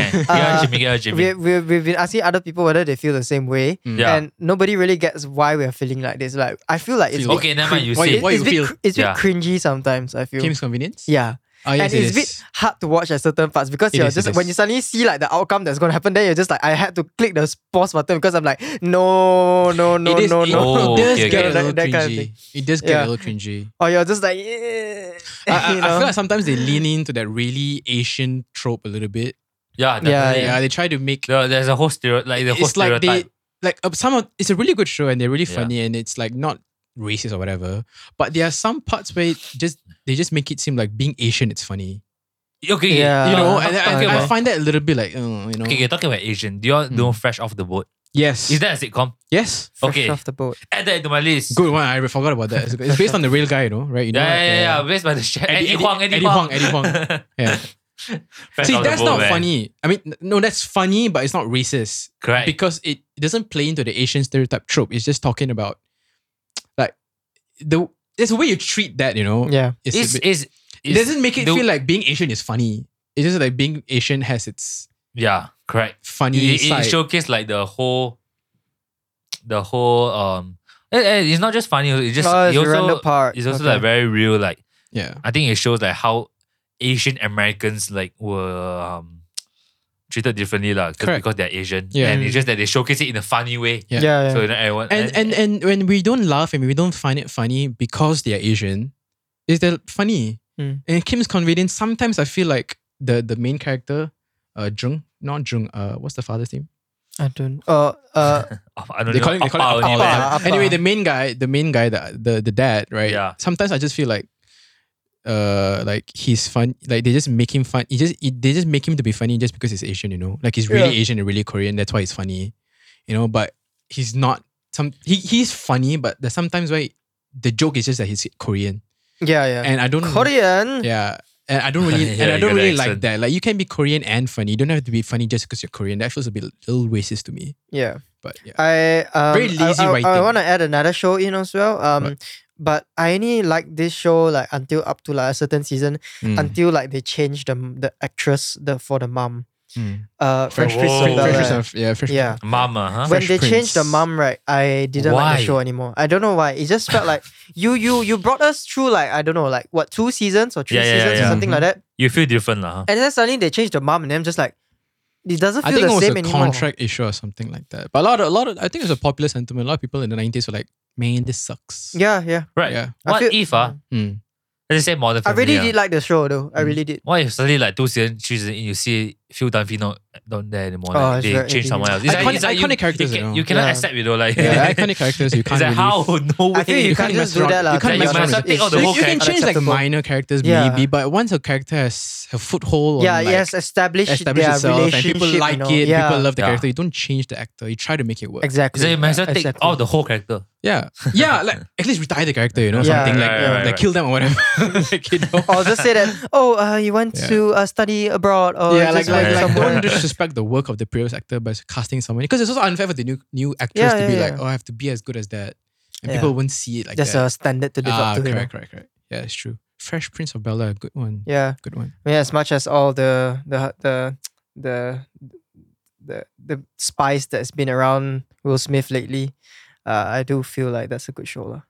people.
people. Yeah,
Uh,
Jimmy, yeah, Jimmy.
We, we, we've been asking other people whether they feel the same way,
Yeah.
and nobody really gets why we're feeling like this. Like, I feel like it's
Feel-
a bit
okay, never mind. You
Why
see,
you- why
it's a bit,
feel?
cr- it's a
Yeah.
bit cringy sometimes. I feel.
Kim's Convenience.
yeah,
Ah, yes,
and
it
it's a
is.
bit hard to watch at certain parts because
It
you're
is, it
just when
is.
you suddenly see like the outcome that's gonna happen, then you're just like, I had to click the pause button because I'm like, no, no, no,
it is,
no,
it,
no.
Oh,
it does
okay,
get
okay.
a little
That- that kind of
cringy.
thing.
it does get
Yeah.
a little cringy.
Oh.
Or you're just like, eh,
I, I-
you
I
know.
feel like sometimes they lean into that really Asian trope a little bit.
yeah,
Yeah,
yeah,
Yeah, they try to make
There's a whole stereotype. Like the whole
it's like they
stereotype.
like uh, some of it's a really good show and they're really
Yeah.
funny and it's like not racist or whatever. But there are some parts where it just they just make it seem like being Asian it's funny.
okay,
Yeah.
You know,
uh,
and I-
okay,
I, I
okay.
find that Hmm. a little bit like oh, you know.
okay, okay, talking about Asian. Do you all know Fresh Off the Boat?
Yes.
Is that a sitcom?
yes?
Fresh
okay.
off the boat.
Add that to my list.
Good one. I forgot about that. It's- It's based on the real guy, you know, right? You know,
Yeah, yeah, yeah, yeah.
yeah.
Based by the chef.
Eddie-
Eddie, Huang, Eddie,
Eddie Huang, Eddie Huang. Yeah.
Fresh
See,
Off the
that's
Boat,
not
man.
funny. I mean, n- no, that's funny, but it's not racist.
Correct.
because it it doesn't play into the Asian stereotype trope. It's just talking about like the there's a way you treat that, you know.
Yeah.
It's a
it's,
bit-
it's,
it doesn't make it
the-
feel like being Asian is funny. It's just like being Asian has its
Yeah, correct.
funny
it, it
side.
showcased like the whole the whole um eh, eh, it's not just funny also, it's just
oh,
it
it's Randall
also,
Park.
it's also
Okay.
like very real like
yeah.
i think it shows like how asian americans like were um, treated differently like
Correct.
because they're asian
Yeah. Mm.
and it's just that they showcase it in a funny way
yeah.
yeah. yeah,
so you know everyone eh,
And and and when we don't laugh and we don't find it funny because they are Asian, is that funny?
Mm.
And in Kim's Convenience, sometimes I feel like the the main character, uh Jung, not Jung, uh what's the father's name?
I don't. Oh, uh,
i don't
they
know
call it, they call it
Appa only,
Appa.
man.
Appa.
Anyway, the main guy, the main guy, the the, the dad, right?
Yeah.
Sometimes I just feel like, uh, like he's fun. Like they just make him fun. He just it, they just make him to be funny just because he's Asian, you know. Like he's really
Yeah.
Asian and really Korean. That's why he's funny, you know. But he's not. Some he he's funny, but there's sometimes where the joke is just that he's Korean,
yeah, yeah.
and I don't.
Korean.
Yeah. And I don't really,
Yeah,
and I
you
don't
got the
really like
accent.
that. Like you can be Korean and funny. You don't have to be funny just because you're Korean. That feels a bit little racist to me.
Yeah.
But yeah,
Uh,
I um,
Very lazy
I, I, I
writing.
want to add another show in as well. Um,
What?
but I only like this show like until up to like a certain season
Mm.
until like they change the the actress the for the mom.
Mm.
Uh, Fresh Prince
Whoa. Fresh
of Bel
Prince
Air.
of yeah, fresh
Yeah.
Mama, huh?
When
Fresh
they changed the
Prince.
mum, right, I didn't like the
Why?
show anymore. I don't know why. It just felt like you you you brought us through like I don't know like what two seasons or three
Yeah, yeah,
seasons
yeah,
or something like that,
Mm-hmm.
You feel different, lah. huh?
and then suddenly they changed the mum, and I'm just like, it doesn't
I
feel
think it
the
was
same
a
anymore.
contract issue or something like that. But a lot of a lot of I think it was a popular sentiment. A lot of people in the nineties were like, "Man, this sucks."
Yeah, yeah.
Right.
Yeah.
I
What
feel-
if, ah?
Mm.
Let's say modern
I
family.
really
ah.
did like the show though. I
Mm.
really did.
What if suddenly like two season, three season, in, you see Phil Dunphy not not there anymore?
Oh,
like,
it's
they
very
change someone else.
Iconic-
you-
iconic characters,
You, can,
you know.
you cannot
Yeah.
accept, you know, like
Yeah, iconic characters you can't
it's like
really
how no way.
I feel you,
You
can't
can't
just
mess
do
around-
that lah.
you can't
to be
mess around
honest.
with it. You
It's
the
you,
whole
you can change like the
unacceptable.
minor characters
Yeah.
maybe, but once a character has a foothold,
Yeah,
on,
it
like,
has established,
established
their
itself, and
relationship.
people like
you know?
it,
Yeah,
people love the
Yeah.
character. You don't change the actor; you try to make it work.
exactly.
Is that you might as well take
exactly.
all the whole character.
Yeah, yeah, like at least retire the character, you know,
Yeah.
something like
Right, right,
like
right.
kill them or whatever. like, you know?
Or just say that, oh, uh, you want
Yeah.
to uh, study abroad or
yeah, like,
just
like,
went
like
somewhere.
don't disrespect the work of the previous actor by casting someone because it's also unfair for the new new actress
Yeah,
to
yeah,
be
yeah.
like, oh, I have to be as good as that, and
Yeah.
people won't see it like
just
that.
a standard to live
ah,
up to. you know?
correct, correct, correct. Yeah, it's true. Fresh Prince of Bel Air, good one,
Yeah,
good one.
I mean, as much as all the the the the the, the spice that's been around Will Smith lately, uh, I do feel like that's a good show lah.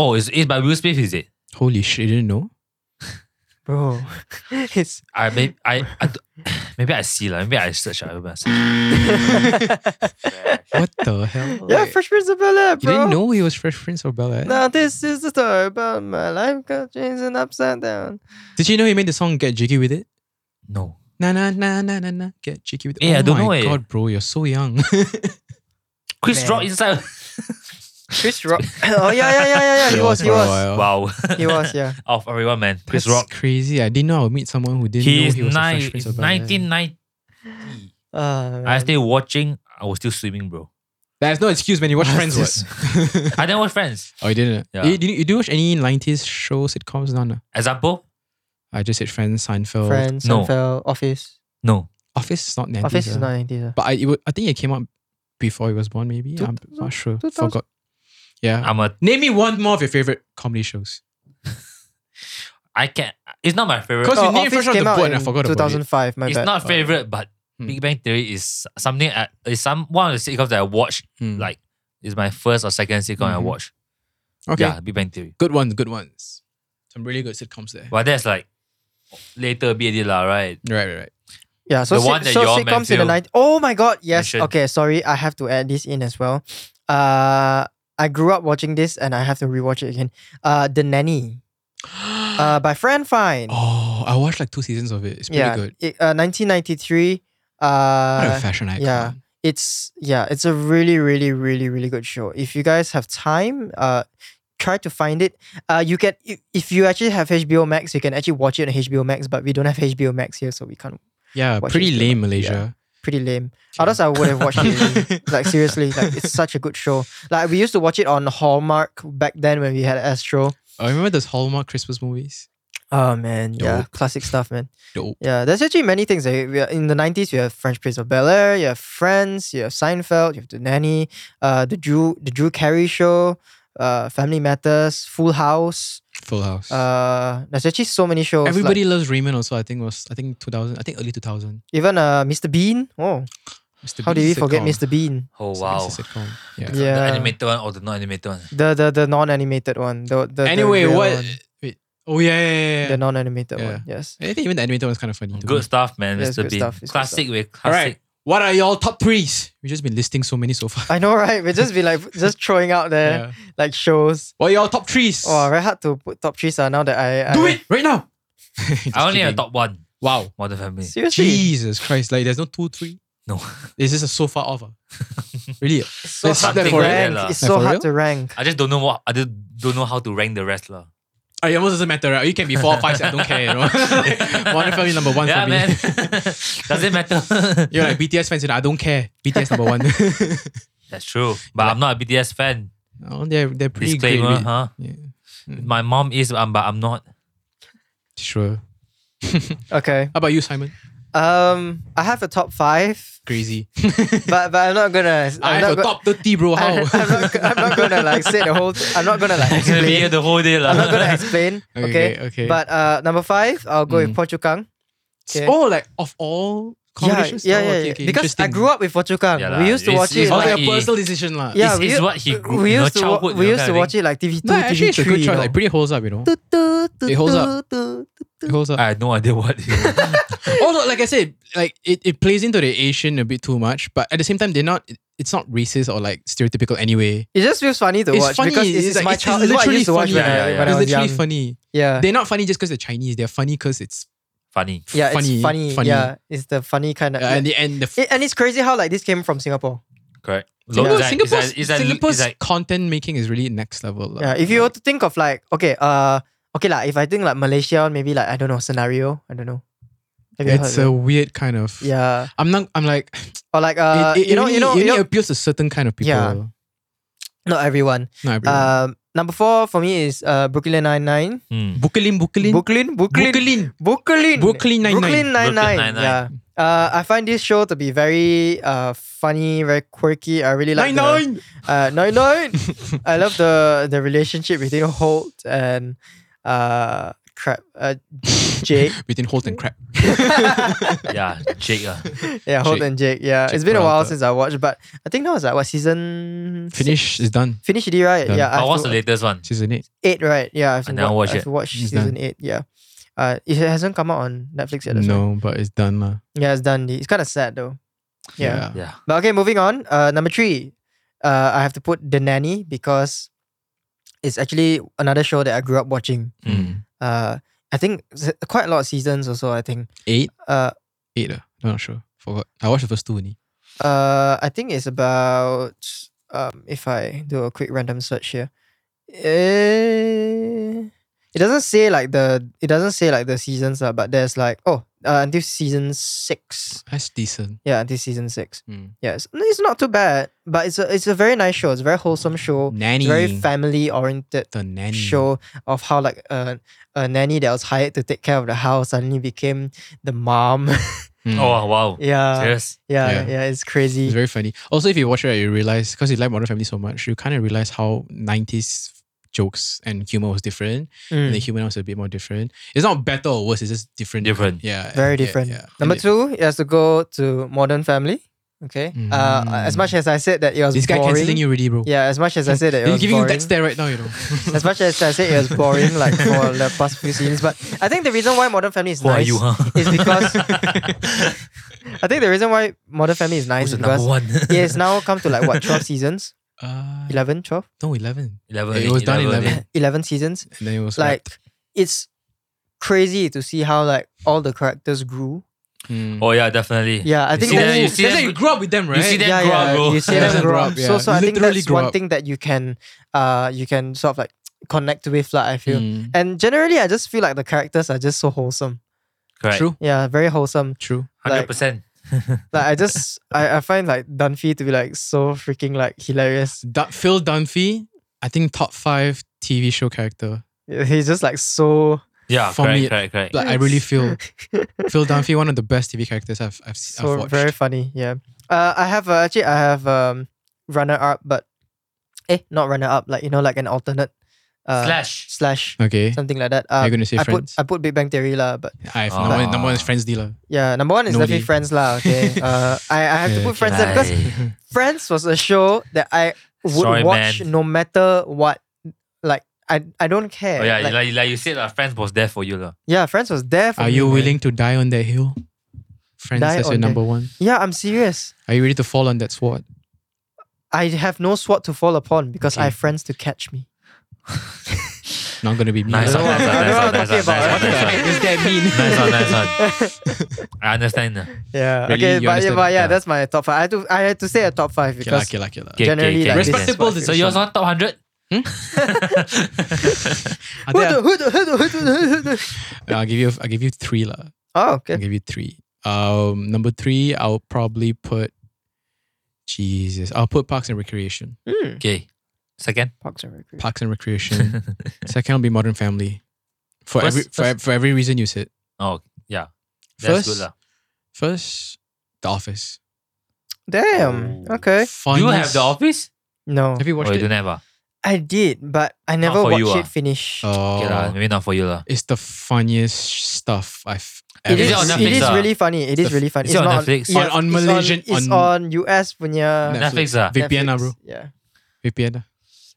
Oh, it's, it's by Will Smith, is it?
Holy shit, I didn't know.
bro. it's
I maybe I, I d- maybe I see like maybe I search. ah, maybe I search.
What the hell?
yeah,
Like,
Fresh Prince of Bel Air,
you
bro.
didn't know he was Fresh Prince of Bel Air.
Now this is the story about my life got changed and upside down.
Did you know he made the song "Get Jiggy with It"?
No,
Na na na na na na. Get Jiggy with It.
Eh,
oh
I don't
my
know, eh.
God, bro, you're so young.
Chris
Man.
Rock inside.
Chris Rock. oh yeah, yeah, yeah, yeah, yeah. He was, he
for a
was,
while.
wow,
he was. Yeah.
of everyone, man, Chris
That's
Rock.
crazy. I didn't know I would meet someone who didn't
He
know
is
he was a
nine,
Fresh Prince of Bel Air.
1990.
Uh,
I still watching. I was still swimming, bro.
There's no excuse when you watch Friends.
This-
What?
I didn't watch Friends.
oh, you didn't.
Yeah.
You, you, you do watch any '90s shows, sitcoms? None. ah?
Example?
I just said Friends, Seinfeld,
Friends,
No.
Seinfeld, Office.
No.
Office. Is not '90s.
Office is
ah.
not 90s. ah.
But I, it, wa- I think it came out before he was born. Maybe
Two
I'm not sure.
2000?
Forgot. Yeah.
I'm a.
Name me one more of your favorite comedy shows.
I can't. It's not my favorite.
Because you
Oh,
named
Office
Fresh Off the
came out
Boat and I
in
forgot about it.
2005, my
It's
bad.
not favorite, but
Hmm.
Big Bang Theory is something. I, is some one of the sitcoms that I watched.
Hmm.
Like, is my first or second sitcom I
Mhm.
watched.
okay,
Yeah, Big Bang Theory.
good ones, good ones. Some really good sitcoms there.
But that's like later BD lah, right?
Right, right, right.
Yeah, so
The
sit-
one that
so
your
sitcoms in the
Matthew
90s. Oh my god, yes.
mentioned.
Okay, sorry, I have to add this in as well. Uh, I grew up watching this and I have to rewatch it again. Uh, The Nanny, uh, by Fran Fine.
oh, I watched like two seasons of it. It's pretty
yeah,
good.
it- uh, 1993.
What a
Uh,
fashion icon.
yeah. it's yeah, it's a really, really, really, really good show. If you guys have time, uh, try to find it. Uh, you can i- if you actually have HBO Max, you can actually watch it on HBO Max. But we don't have HBO Max here, so we can't.
Yeah,
Watch
pretty
it,
lame Malaysia.
Pretty lame. Others I would have watched it. already. like seriously, like it's such a good show. Like we used to watch it on Hallmark back then when we had Astro.
I remember those Hallmark Christmas movies.
Oh man, yeah,
Dope.
classic stuff, man.
Dope.
Yeah, there's actually many things. Like, we are- in the '90s, you have French Prince of Bel Air, you have Friends, you have Seinfeld, you have The Nanny, uh, the Drew, the Drew Carey Show, uh, Family Matters, Full House.
Full House.
Uh, there's actually so many shows. like,
Everybody loves Raymond. Also, I think was I think two thousand. I think early two thousand.
even uh, Mr. Bean. Oh, how did we forget Mr. Bean?
Oh wow.
Sitcom. Yeah.
Yeah.
The animated one or the non animated one.
The the the non-animated one. The, the the
Anyway,
real
what?
one.
Wait. Oh yeah, yeah, yeah,
The
yeah.
non-animated
Yeah.
one. Yes.
I think even the animator was kind of funny. Too.
Good stuff, man.
Yeah, it's
Mr.
good
Bean.
stuff, it's good
Classic with
Hmm. All
classic.
right. What are y'all top threes? We've just been listing so many so far.
I know, right? We just be like just throwing out there
Yeah.
like shows.
What are y'all top threes?
Oh, very hard to put top threes. Uh, now that I, I
Do it right now. Just
I only have
kidding.
top one.
Wow.
Modern Family.
Seriously,
Jesus Christ! Like, there's no two, three.
No.
This is a so far over. really?
it's so
Let's
hard
start
to
for it.
rank.
Yeah,
It's
lah.
so
For
hard to
real?
rank.
I just don't know what I just don't know how to rank the rest lah.
Oh, it almost doesn't matter, right? You can be four, five. I don't care. You know, one family number one
yeah,
for me.
man. Does it matter?
You're like BTS fans, you know, I don't care. BTS number one.
That's true. But I'm not a BTS fan.
oh, they're they're pretty
Disclaimer,
great.
huh?
Yeah,
My mom is, um, but I'm not.
sure.
Okay.
How about you, Simon?
Um, I have a top five,
Crazy.
but but I'm not gonna. I'm
I
not
have a
go-
top thirty, bro. How?
I, am not. go- I'm not gonna like say the whole. Th- I'm not gonna like
I'm gonna be here
explain.
the whole day lah.
I'm not gonna explain. Okay.
okay.
But uh, number five, I'll go with
Mm.
Phua Chu Kang. Okay.
Oh, like of all
Yeah,
combinations.
yeah,
Oh,
yeah.
okay,
yeah.
okay,
because I
interesting.
grew up with Phua Chu Kang.
Yeah
we
lah,
used to
it's-
watch
it's
it.
Oh,
like
Like,
yeah,
he-
personal decision lah.
yeah,
It's-
we
it's
used,
what he grew-
we
you know,
used to wa-
childhood, you
we
know,
used to
kinda
watch it like TV two,
No, actually,
TV
it's a
three.
good
you
choice.
know.
Like pretty holds up, you know.
Tu, tu, tu,
It holds
tu,
up.
tu, tu, tu.
It holds up.
I had no idea what.
Although, like I said, like it, it plays into the Asian a bit too much, but at the same time, they're not. it- It's not racist or like stereotypical anyway.
It just feels funny to
It's
watch
funny,
because it's,
it's
it's
like-
my
it's
child. It's what I
literally
used to watch
funny.
when, I-
Yeah, yeah,
when
it's
I was
literally
young.
funny.
Yeah,
They're not funny just because they're Chinese. They're funny because it's
Funny.
yeah,
funny,
it's funny.
funny.
Yeah, it's the funny kind of.
uh, and the and the. F-
It- and it's crazy how like this came from Singapore.
Correct. Low-
Singapore-
it's like- it's
Singapore's,
like- it's like-
Singapore's
it's like-
content making is really next level. lah.
Yeah, if you were to think of like okay, uh, okay like if I think like Malaysia, one, maybe like I don't know scenario, I don't know. Have you
it's
heard?
a
of
weird kind of.
it? yeah,
I'm not. I'm like.
or like uh,
it, it,
you know,
only,
you know,
it
you
only
know,
appeals to certain kind of people.
Yeah. not everyone.
Not everyone.
Um, number four for me is uh Brooklyn Nine Nine.
Hmm.
Brooklyn, Brooklyn,
Brooklyn, Brooklyn,
Brooklyn,
Brooklyn,
Brooklyn Nine
Brooklyn Nine
Nine.
Brooklyn
Nine.
Nine-Nine.
Yeah. Uh, I find this show to be very uh funny, very quirky. I really like
Nine
the-
Nine.
Uh, no, no. I love the the relationship between Holt and uh crap uh Jake.
Between Holt and Crab.
Yeah, Jake. ah.
Yeah, Holt
Jake-
and Jake. Yeah,
Jake
it's been a while
Peralta.
since I watched, but I think that was like what season
Finish is done.
Finish it, right?
Done.
Yeah,
But
I've
what's the
to-
latest one?
Season eight.
eight, right? Yeah, I've
I never
wa-
watched
I've
it.
watched
It's
season
done.
eight. Yeah, uh, it hasn't come out on Netflix yet. that's why.
No, but it's done lah.
Yeah, it's done. It's kind of sad though. yeah.
Yeah.
But okay, moving on. Uh, number three, uh, I have to put The Nanny because it's actually another show that I grew up watching.
hmm.
Mm.
Uh, I think s- quite a lot of seasons also. I think.
Eight,
Uh,
eight. Uh, I'm not sure. Forgot. I watched the first two only.
uh, I think it's about um. If I do a quick random search here, eh, it doesn't say like the it doesn't say like the seasons uh, but there's like oh uh, until season six.
That's decent.
Yeah, until season six.
Mm.
Yes, it's not too bad, but it's a it's a very nice show. It's a very wholesome show.
Nanny.
It's very family oriented
the nanny.
show of how like a, a nanny that was hired to take care of the house suddenly became the mom.
Mm.
Oh wow.
yeah, yeah,
Serious.
yeah,
Yeah.
It's crazy.
It's very funny. Also, if you watch it, right, you realize because you like Modern Family so much, you kind of realize how '90s jokes and humor was different,
Mm,
and the humor was a bit more different. It's not better or worse. It's just different.
Different.
Yeah.
very
yeah,
different.
yeah.
Number
And
two, it has to go to Modern Family. Okay. Uh, as
Mm.
much as I said that it was
This guy
boring.
canceling you already, bro.
Yeah, as much as I said that it
You're
was
giving him
boring.
that stare right now, you know.
As much as I said it was boring, like for the past few seasons, but I think the reason why Modern Family is
Who are
nice
you, huh?
is because I think the reason why Modern Family is
Who's
nice is
the number
because
one?
it has now come to like what 12 seasons?
Uh,
11, 12?
No, 11.
11.
It was done in 11.
11 seasons.
And then it was
Like
wrapped.
it's crazy to see how like all the characters grew.
Mm.
Oh yeah, definitely.
Yeah, I
You
think
see
that's,
that- you see
that's
that-
how you grew up with them, right?
you see that-
yeah,
grow
yeah,
up, bro.
you see
Yeah.
them grow up.
Yeah.
So so I think
Literally
that's
grow
one
up.
thing that you can uh you can sort of like connect with like I feel.
Mm.
And generally I just feel like the characters are just so wholesome.
Correct.
True,
Yeah, very wholesome.
true.
Like-
100%.
Like I just I, I find like Dunphy to be like so freaking like hilarious.
Du- Phil Dunphy, I think top five TV show character.
He's just like so
yeah,
For
correct,
me-
correct, correct.
Like, I really feel Phil Dunphy, one of the best TV characters I've, I've, s- I've
so
watched.
very funny. Yeah. Uh, I have uh, actually I have um runner up, but eh, not runner up. Like you know, like an alternate uh,
Slash.
slash
okay.
something like that. Uh,
You're going to say
I put
Friends?
I put Big Bang Theory lah, but
I have
Oh.
number, one, number one is Friends dealer.
yeah, number one is
No
definitely
D.
Friends lah. Okay. uh, I I have to
Yeah,
put Friends
okay.
there because Friends was a show that I would
Sorry,
watch
man.
no matter what. Like I I don't care.
Oh, yeah,
Like,
like, like, you said, uh, friends was there for you. lah.
yeah, Friends was there for
Are
me,
you
man.
willing to die on that hill? Friends,
Die
that's
on
your
that-
number one.
Yeah, I'm serious.
Are you ready to fall on that sword?
I have no sword to fall upon because I
Okay.
have friends to catch me.
Not going to be me.
Nice
I
one, nice
don't
one,
know- I don't
nice one, nice
know what
one,
I'm
nice one,
talking
What the
nice one.
heck does that mean?
Nice one, nice one. I understand. uh. lah.
Yeah.
Really,
okay,
you
but, yeah,
understand?
but yeah,
Yeah.
that's my top five. I had to I had to say a top five
Okay,
because
lah, okay, lah, okay, lah.
Okay,
generally
okay, okay.
like this is
Respectable
what I
this-
So
feel.
yours on top 100?
Are
Who
there-
the- who the- who the- who the- who the- who the-
I'll give you. I'll give you three lah.
Oh,
I'll
okay.
give you three. Um, number three, I'll probably put. Jesus, I'll put Parks and Recreation.
Mm.
Okay. Second?
Parks and Recreation.
Parks and Recreation. Second will be Modern Family. For
First-
every for,
first-
for every reason you said.
Oh, yeah. That's
First,
good. lah.
first, The Office.
Damn.
Oh.
Okay.
Do
Funniest.
Oh.
Eh?
you have The Office?
No.
Have you watched
oh, you
it?
don't have ah?
I did, but I never
for
watched
you,
it
ah.
finish.
Oh,
Okay, lah, maybe not for you. lah.
it's the funniest stuff I've
it
ever
Is it
is, uh.
on
seen.
it
Netflix,
is
ah?
really funny. It
It's
is
the-
really funny.
is it
it's
on
not
Netflix?
yeah,
On- on
it's
Malaysian-
It's
on-
on US punya
Netflix, ah.
VPN, ah,
Netflix,
bro.
Yeah,
VPN. ah.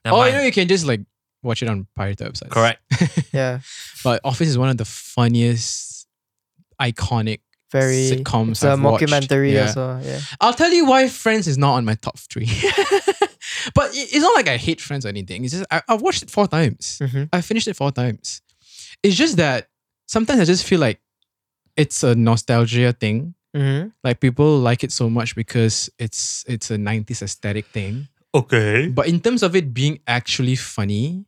Never
Oh, you
mind.
know, you can just like watch it on pirate websites.
Correct.
yeah.
But Office is one of the funniest, iconic
Very. It's
sitcoms
a
I've watched.
mockumentary
Yeah.
also. Yeah.
I'll tell you why Friends is not on my top three. but it- it's not like I hate Friends or anything. It's just I, I've watched it four times.
Mm-hmm.
I finished it four times. It's just that sometimes I just feel like it's a nostalgia thing.
Mm-hmm.
Like people like it so much because it's it's a 90s aesthetic thing.
Hmm.
Okay.
But in terms of it being actually funny,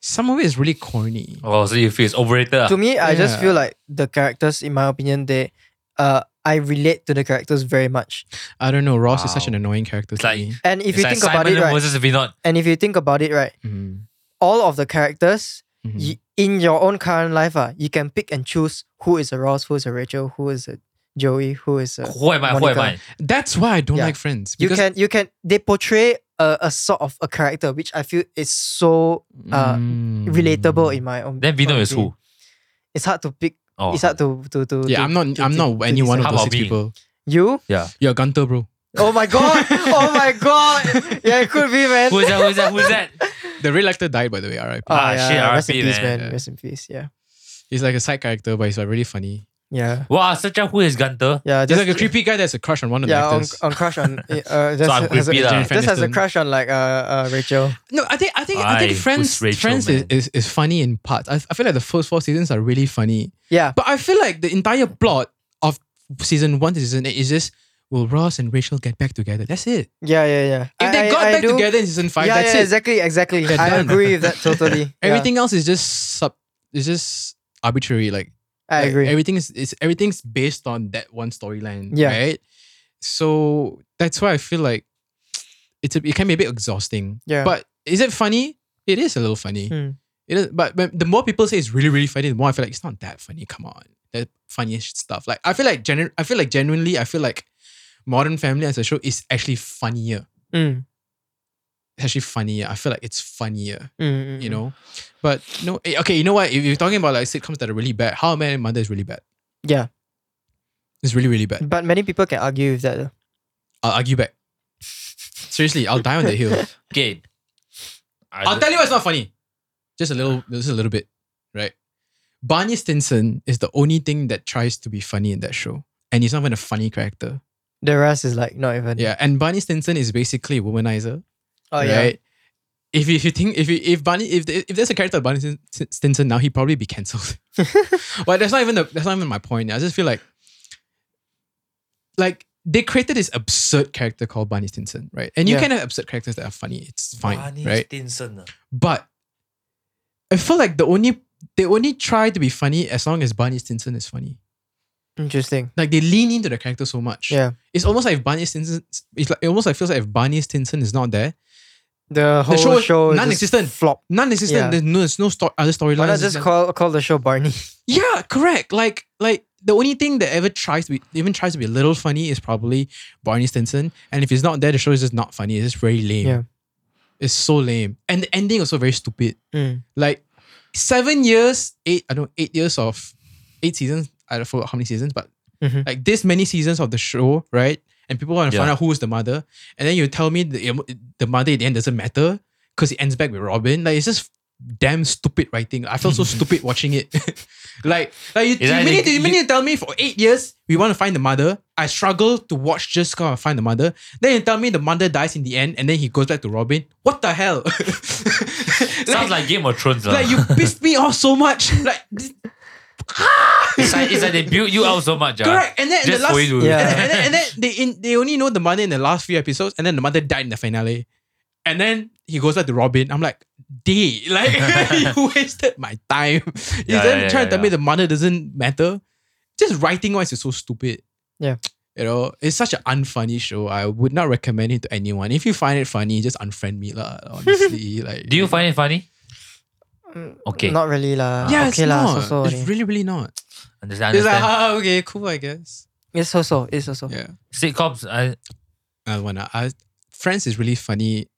some of it is really corny.
Oh, so you feel it's overrated. ah?
To me, I just
Yeah.
feel like the characters, in my opinion, they, uh, I relate to the characters very much.
I don't know. Ross is such
Wow.
an annoying character
It's
to
like-
me.
And if
It's
you
like
think
Simon
about it, right?
Moses Vinod.
And if you think about it, right?
Mhm.
All of the characters
Mhm.
y- in your own current life, uh, you can pick and choose who is a Ross, who is a Rachel, who is a Joey, who is a.
Who am I? Who am I?
Monica.
That's why I don't
Yeah.
like Friends.
You
because-
can you can they portray a, a sort of a character which I feel is so uh,
Mm.
relatable in my own.
Then Vinod
point of
is
view.
who?
It's hard to pick.
Oh,
It's hard to to to.
Yeah,
to-
I'm not.
to-
I'm
to-
not
to
any one of
decide.
How
those
about
six
me?
people.
You?
yeah.
You're Gunter, bro.
Oh my god! oh my god! Yeah, it could be, man. Oh,
Who's that? Who's that? Who's that?
The real actor died, by the way. R.I.P.
Ah, shit,
Rest in
RIP,
peace,
man.
man. Rest in peace. Yeah.
He's like a side character, but he's like really funny.
Yeah.
Wow, such a who is Gunter?
Yeah.
He's
just-
like a creepy guy that's a crush on one of
Yeah,
the
on,
actors.
on crush on uh, just,
I'm
has, a,
creepy lah.
just has a
Aniston.
crush on like uh, uh Rachel.
no, I think I think I,
Aye,
think Friends
who's Rachel,
Friends is,
man?
is, is funny in parts. I, I feel like the first four seasons are really funny,
Yeah,
but I feel like the entire plot of season one to season eight is just will Ross and Rachel get back together? That's it.
yeah, yeah, yeah.
If they got back together in season five,
yeah,
that's
yeah,
it.
exactly, exactly.
They're
I
done.
agree with that totally. Yeah,
Everything else is just sub. Is just arbitrary. Like
I
Like,
agree.
Everything is it's, everything's based on that one storyline,
Yeah.
right? So that's why I feel like it's a, it can be a bit exhausting.
Yeah.
But is it funny? It is a little funny.
Hmm.
It is, but, but the more people say it's really really funny, the more I feel like it's not that funny. Come on, the funniest stuff. Like I feel like genu- I feel like genuinely I feel like Modern Family as a show is actually funnier.
Mm,
It's actually funnier. I feel like it's funnier.
mm, mm,
You
mm.
know, but no. eh, Okay, you know what? If you're talking about like sitcoms that are really bad, How I Met Your Mother is really bad.
Yeah,
It's really really bad.
but many people can argue with that. Though.
I'll argue back. Seriously, I'll die on the hill.
Okay. I
I'll tell you what's not funny. Just a little, just a little bit, right? Barney Stinson is the only thing that tries to be funny in that show, and he's not even a funny character.
The rest is like not even.
Yeah, and Barney Stinson is basically a womanizer,
Oh yeah.
right? If you, if you think if you, if Barney if the- if there's a character of Barney Stin- Stin- Stinson now, he'd probably be cancelled. but that's not even the that's not even my point. I just feel like, like they created this absurd character called Barney Stinson, right? And you
Yeah.
can have absurd characters that are funny. It's fine,
Barney
right?
Stinson, ah.
But I feel like the only they only try to be funny as long as Barney Stinson is funny.
Interesting.
Like they lean into the character so much.
Yeah.
It's almost like if Barney Stinson it's like it almost like feels like if Barney Stinson is not there,
The whole show,
show is
is just
non-existent.
flop.
none existent.
Yeah.
There's no there's no sto- other
Why
storylines.
not just call call the show Barney?
Yeah, correct. Like like the only thing that ever tries to be even tries to be a little funny is probably Barney Stinson. And if he's not there, the show is just not funny. It's just very lame.
Yeah.
It's so lame. And the ending is also very stupid.
Mm.
like seven years, eight, I don't know, eight years of eight seasons. I don't forget how many seasons, but
Mhm.
like this many seasons of the show, right? And people want to find
Mm-hmm. Yeah.
out who is the mother, and then you tell me the, the mother at the end doesn't matter because it ends back with Robin. Like it's just damn stupid writing. I felt so stupid watching it. like, like you,
Is
you,
that
mean,
the-
you mean
you-
to tell me for eight years we want to find the mother? I struggle to watch just go and find the mother. Then you tell me the mother dies in the end, and then he goes back to Robin. What the hell?
Sounds like Game of Thrones. ah. lah.
Like you pissed me off so much. Like this-
it's, like, it's like they build you out so much. ah.
correct. And then in the
Just
last
for you to.
Yeah.
and, and then, and then they in, they only know the mother in the last few episodes, and then the mother died in the finale. And then he goes back to Robin. I'm like, D, like you wasted my time. You
Yeah,
then
yeah,
try
yeah,
to tell me
yeah.
the mother doesn't matter. Just writing wise is so stupid.
Yeah.
You know, it's such an unfunny show. I would not recommend it to anyone. If you find it funny, just unfriend me, lah. Honestly, like
Do you find it funny?
Mm,
Okay.
Not really lah. okay
Yeah, it's
lah.
not.
So so.
it's really, really not.
Understand? understand.
It's like, ah, okay, cool, I guess.
It's so so. It's so so.
Yeah.
Sitcoms. I,
uh, Another one. Uh, Friends is really funny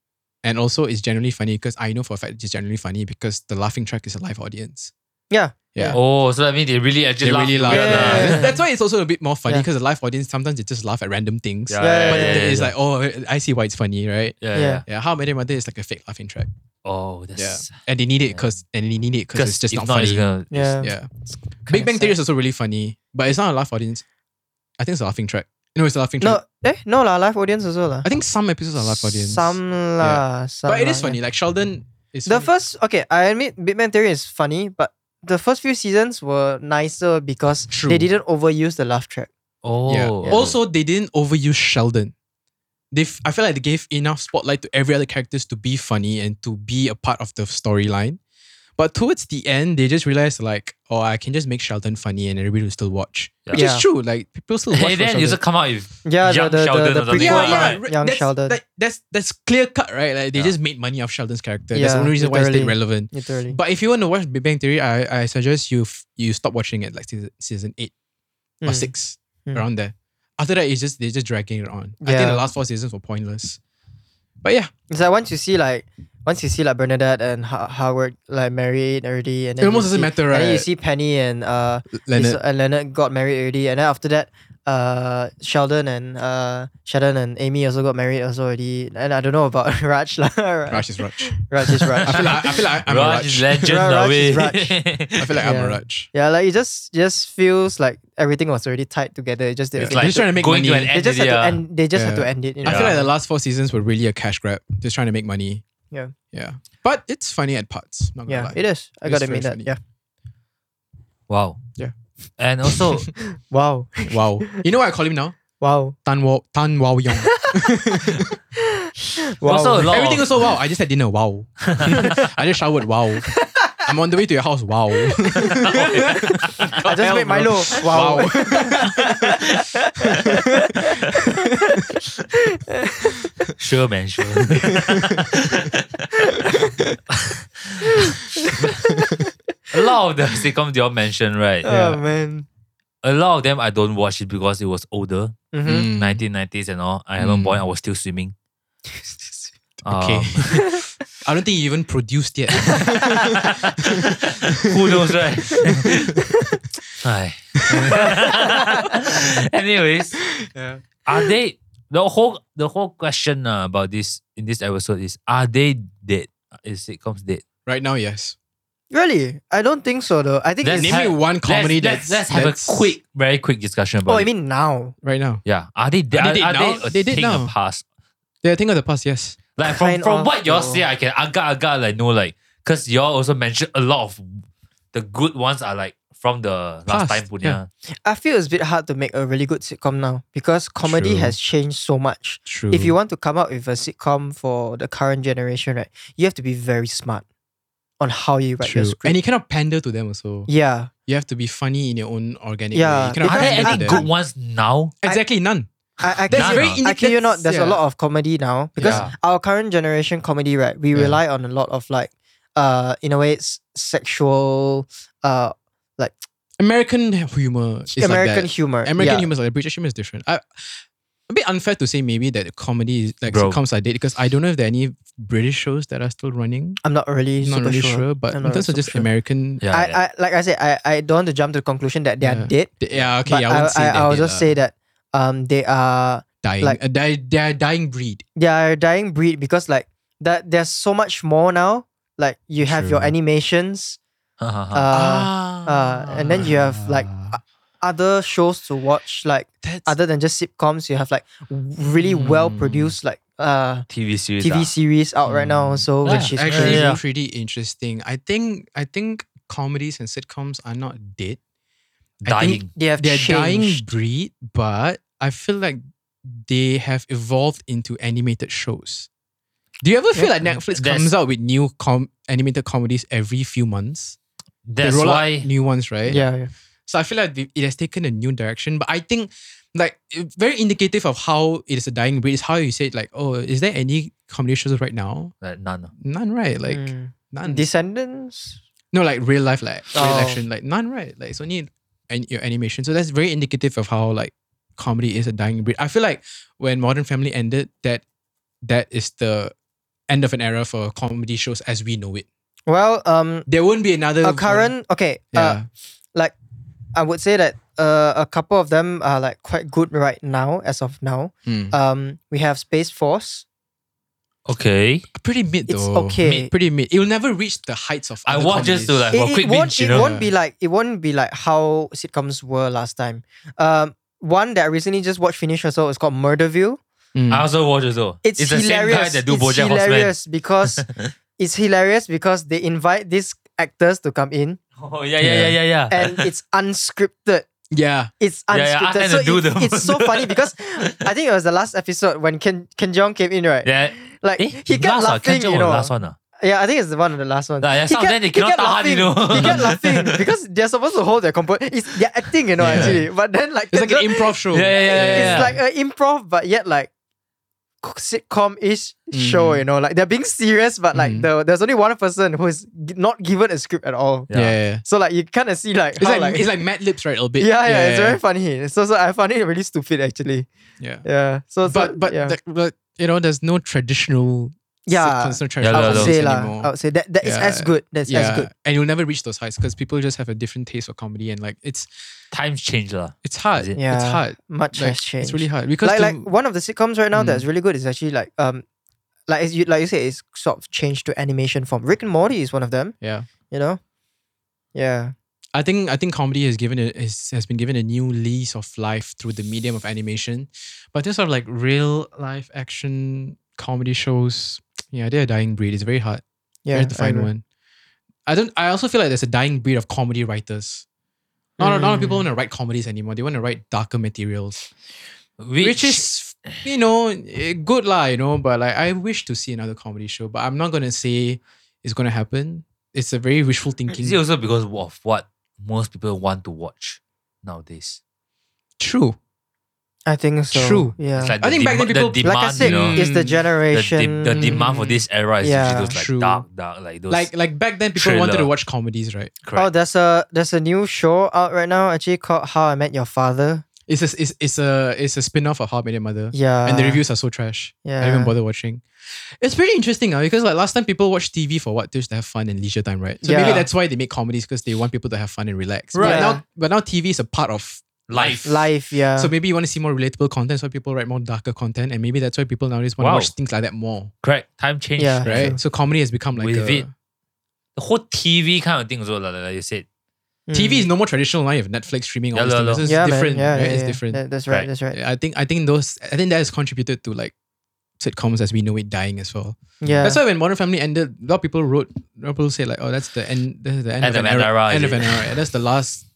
And also, it's generally funny because I know for a fact it's generally funny because the laughing track is a live audience.
Yeah.
Yeah.
Oh, so I mean, they really actually
They
laugh
really laugh.
together.
Yeah.
That's- That's why it's also a bit more funny
Yeah.
because the live audience sometimes they just laugh at random things.
Yeah,
Yeah,
But
yeah, yeah,
it's
yeah.
like, oh, I see why it's funny, right?
yeah,
Yeah.
yeah.
Yeah, How Many Mother is like a fake laughing track,
Oh, that's
and they need it
Yeah.
because and they need it because it's just
if
not funny.
It's gonna,
Yeah.
yeah,
kinda
Big Bang
sad.
Theory is also really funny, but it's not a laugh audience. I think it's a laughing track. No, it's a laughing track.
No, eh, no lah. Live audience also lah.
I think some episodes are live audience.
Some lah. Some
but it is
lah, yeah.
funny. Like Sheldon is
The
funny.
first, okay, I admit Big Bang Theory is funny, but the first few seasons were nicer because
True.
they didn't overuse the laugh track.
Oh,
Yeah. Also, they didn't overuse Sheldon. They, f- I feel like they gave enough spotlight to every other characters to be funny and to be a part of the storyline. But towards the end, they just realized like, oh, I can just make Sheldon funny and everybody will still watch, which
Yeah.
is true. Like people still watch.
Hey,
for
then you
Sheldon.
just come out with
Yeah,
Young
the, the,
Sheldon
the,
or
the
something,
prequel,
Yeah,
yeah,
yeah, right.
Young
that's,
Sheldon,
that- that's that's clear cut, right? Like they
Yeah.
just made money off Sheldon's character. That's the
Yeah,
only reason why it's
literally.
still relevant.
literally.
But if you want to watch Big Bang Theory, I, I suggest you f- you stop watching it like season, season eight or
Mm.
six
Mm.
around there. After that, it's just they're just dragging it on. I think
Yeah.
the last four seasons were pointless. But yeah,
It's like once you see like once you see like Bernadette and Ho- Howard like married already, and then
it almost
you
doesn't
see,
matter,
And
right?
then you see Penny and uh Leonard.
Leonard,
and Leonard got married already, and then after that, uh Sheldon and uh Sheldon and Amy also got married also already, and I don't know about Raj lah.
Raj is Raj.
Raj is Raj.
I feel like I feel like I'm
Raj
a
is
Raj.
legend
Raj
lah,
is
weh.
Raj.
I feel like I'm
Yeah.
a Raj.
Yeah, like it just just feels like everything was already tied together. It just didn't.
It's like
just trying to make
going to an
money.
they
end.
just had to
yeah.
end. They just had
Yeah.
to end it. You know?
I feel
Yeah.
like the last four seasons were really a cash grab, just trying to make money.
Yeah.
Yeah. But it's funny at parts. Not gonna
yeah,
lie.
it is. I
It's
gotta
very
admit that.
funny.
Yeah.
Wow.
Yeah.
And also,
Wow.
Wow. You know what I call him now?
Wow.
Tan Wow Tan Wow Yong.
Wow.
also a lot.
Everything
of,
also wow. I just had dinner. Wow. I just showered. Wow. I'm on the way to your house. Wow.
Mm-hmm. I just made Milo. Wow.
wow.
sure, man, sure. a lot of the sitcoms you all mentioned, right?
Yeah.
Oh man.
A lot of them I don't watch it because it was older,
Mm-hmm.
Mm.
1990s and all. I haven't
Mm.
born. I was still swimming.
Okay.
Um,
Oh.
I don't think you even produced yet.
Who knows, right? Hi. Anyways,
Yeah.
are they the whole the whole question uh, about this in this episode is are they dead? Is sitcoms dead?
Right now, yes.
Really? I don't think so though. I think.
That's-
It's,
Name me
have-
one comedy
let's, let's, let's
that's,
have
that's-
a quick, very quick discussion about
oh, I
it.
mean now.
right now.
yeah, are they dead?
Are they
Are,
dead
are
now?
they a
They dead
thing of
now.
past?
They're a thing of the past, yes.
Like from,
Kind
from
of,
what y'all
though.
say, I can aga aga like know like because y'all also mentioned a lot of the good ones are like from the last
Past,
time punya.
I feel it's a bit hard to make a really good sitcom now because comedy
True.
has changed so much.
True.
If you want to come out with a sitcom for the current generation, right, you have to be very smart on how you write
True.
your script.
And you cannot pander to them also.
yeah.
You have to be funny in your own organic way.
Yeah,
You cannot
Are
because-
there
pander
any
to
good
them.
ones now?
Exactly, none.
I, I
That's
kid-
very
I kid you not, there's a
yeah.
lot of comedy now because
Yeah.
our current generation comedy, right? We
Yeah.
rely on a lot of like, uh, in a way, it's sexual, uh,
American humor is
American
like
humor.
that. American
yeah.
humor is like that. British humor is different. I, a bit unfair to say maybe that comedy is like
Bro.
sitcoms are dead because I don't know if there are any British shows that are still running.
I'm not really
I'm not
super
really
sure.
sure, but
I'm
in
not
terms of
super
just
sure.
American, yeah,
Yeah, yeah.
I, I like I said, I, I don't want to jump to the conclusion that they are
Yeah.
dead.
okay,
but
I wouldn't say
I,
they're
I, will
dead,
just
uh,
say that um they are
dying,
like-
a die, they're a dying breed.
they are a dying breed because like that there's so much more now. Like you have your
True.
animations, uh,
ah,
and then you have, like, other shows to watch, like
that's
other than just sitcoms, you have like really
Hmm.
well produced like uh
TV series.
TV
ah.
series out right now, so
Yeah,
which is
Hmm. actually
really-
yeah.
pretty interesting. I think I think comedies and sitcoms are not dead. I think
dying.
they have
they're dying
changed.
breed, but I feel like they have evolved into animated shows. Do you ever feel
Yeah.
like Netflix
That's-
comes out with new com- animated comedies every few months?
That's
they roll
why.
out new ones, right?
Yeah, yeah.
So I feel like it has taken a new direction. But I think, like, it- very indicative of how it is a dying breed is how you said, like, oh, is there any comedy shows right now?
Like none.
None, right? Like,
Mm.
none.
Descendants.
No, like real life, like real
Oh.
action, like none, right? Like it's only an, your animation. So that's very indicative of how like comedy is a dying breed. I feel like when Modern Family ended, that that is the end of an era for comedy shows as we know it.
Well, um,
There won't be another
a
one.
current okay. Uh,
Yeah.
like I would say that uh, a couple of them are like quite good right now as of now.
Hmm.
Um, we have Space Force.
Okay.
pretty mid
it's
though.
okay.
Mid- pretty mid. It will never reach the heights of.
I
other
watch just to
comedies.
like for quick
won't,
binge, you
it
know.
won't be like it won't be like how sitcoms were last time. Um, one that I recently just watched finish also is called Murderville.
Hmm.
I also watch also.
Mm. It's,
it's the same guy
hilarious.
that do
it's
BoJack Horseman.
hilarious because it's hilarious because they invite these actors to come in
Oh yeah, yeah, yeah, yeah, yeah.
and it's unscripted.
yeah.
It's
Yeah, yeah,
unscripted.
ask them
so
to do
it-
the-
it's so funny because I think it was the last episode when Ken Ken Jeong came in, right?
yeah.
Like
Eh,
he kept
last ah,
laughing,
Kanchong
you
was the
know.
last one ah.
Yeah, I think it's the one of the last ones.
Nah, yeah,
He
some of
kept-
them they
he
cannot
kept
tahan, you
laughing.
know.
he kept laughing because they're supposed to hold their compo. It's they're acting, you know,
Yeah.
actually. But then like
It's like
the-
an improv show.
Yeah, yeah, yeah, yeah, yeah.
it's like an improv, but yet like sitcom ish show,
Mhm.
you know. Like they're being serious, but like
Mhm.
the, there's only one person who is g- not given a script at all.
Yeah.
Yeah. yeah.
So like you kind of see like
It's
how,
like, it's like Mad Libs, right? A little bit.
yeah, yeah, it's very funny. So, so I found it really stupid actually.
Yeah.
Yeah. So, so
But but
yeah,
the- but you know, there's no traditional.
Yeah.
sitcoms, no
Yeah,
I
traditional
yeah,
would
yeah.
sitcoms
say lah.
anymore.
I would say that that is
Yeah.
as good. That's
yeah,
as good.
and you'll never reach those heights because people just have a different taste for comedy and like it's
Times change lah.
it's hard.
Is it?
It's
Yeah.
hard.
Much
Like,
has changed.
It's really hard because
like
to-
like one of the sitcoms right now
Mm.
that's
Hmm.
really good is actually like um like as you like you say it's sort of changed to animation form. Rick and Morty is one of them.
Yeah.
You know? Yeah.
I think I think comedy has given a, has, has been given a new lease of life through the medium of animation, but this sort of like real life action comedy shows, yeah, they're a dying breed. It's very hard,
Yeah.
very hard to
I
find
agree.
one. I don't. I also feel like there's a dying breed of comedy writers. Not a lot of people
Mm.
want to write comedies anymore. They want to write darker materials,
Which,
which is you know eh, good lah, you know. But like, I wish to see another comedy show, but I'm not gonna say it's gonna happen. It's a very wishful
is it
thinking.
also because of what most people want to watch nowadays?
True.
I think so.
True.
Yeah.
It's like
Like,
the
I think back
dema-
then people-
the demand,
I said,
you know, Mm.
it's the
the, de-
generation
the demand for this era is
Yeah.
usually those like
True.
dark, dark, like those
like like back then people wanted to
Thriller.
watch comedies right
Oh,
correct.
there's a there's a new show out right now actually called How I Met Your Father.
it's a it's, it's a it's a spin-off of how i met your mother
Yeah.
and the reviews are so trash i don't
Yeah.
even bother watching it's pretty interesting uh, because like last time people watched tv for what just to have fun and leisure time right so
Yeah.
maybe that's why they make comedies because they want people to have fun and relax
Right.
but
Yeah.
now but now tv is a part of
Life.
Life, yeah.
so maybe you want to see more relatable content so people write more darker content and maybe that's why people nowadays want to
Wow.
watch things like that more
Correct. Time change.
Yeah.
right
True.
so comedy has become like
With
a-
it. The whole TV kind of thing as well, like, like you said.
tv
Mm.
is no more traditional now you have netflix streaming all
Yeah, la,
these
la.
things. This is
yeah, man.
different
Yeah,
right?
yeah,
it's
yeah.
different
That- that's right,
Right.
that's right.
I think I think those I think that has contributed to like sitcoms as we know it dying as well.
Yeah.
That's why when Modern Family ended, a lot of people wrote, a lot of people say like, oh, that's the end, that's the end,
End
of an
of an
era,
era, is
end of
it?
an era. That's the last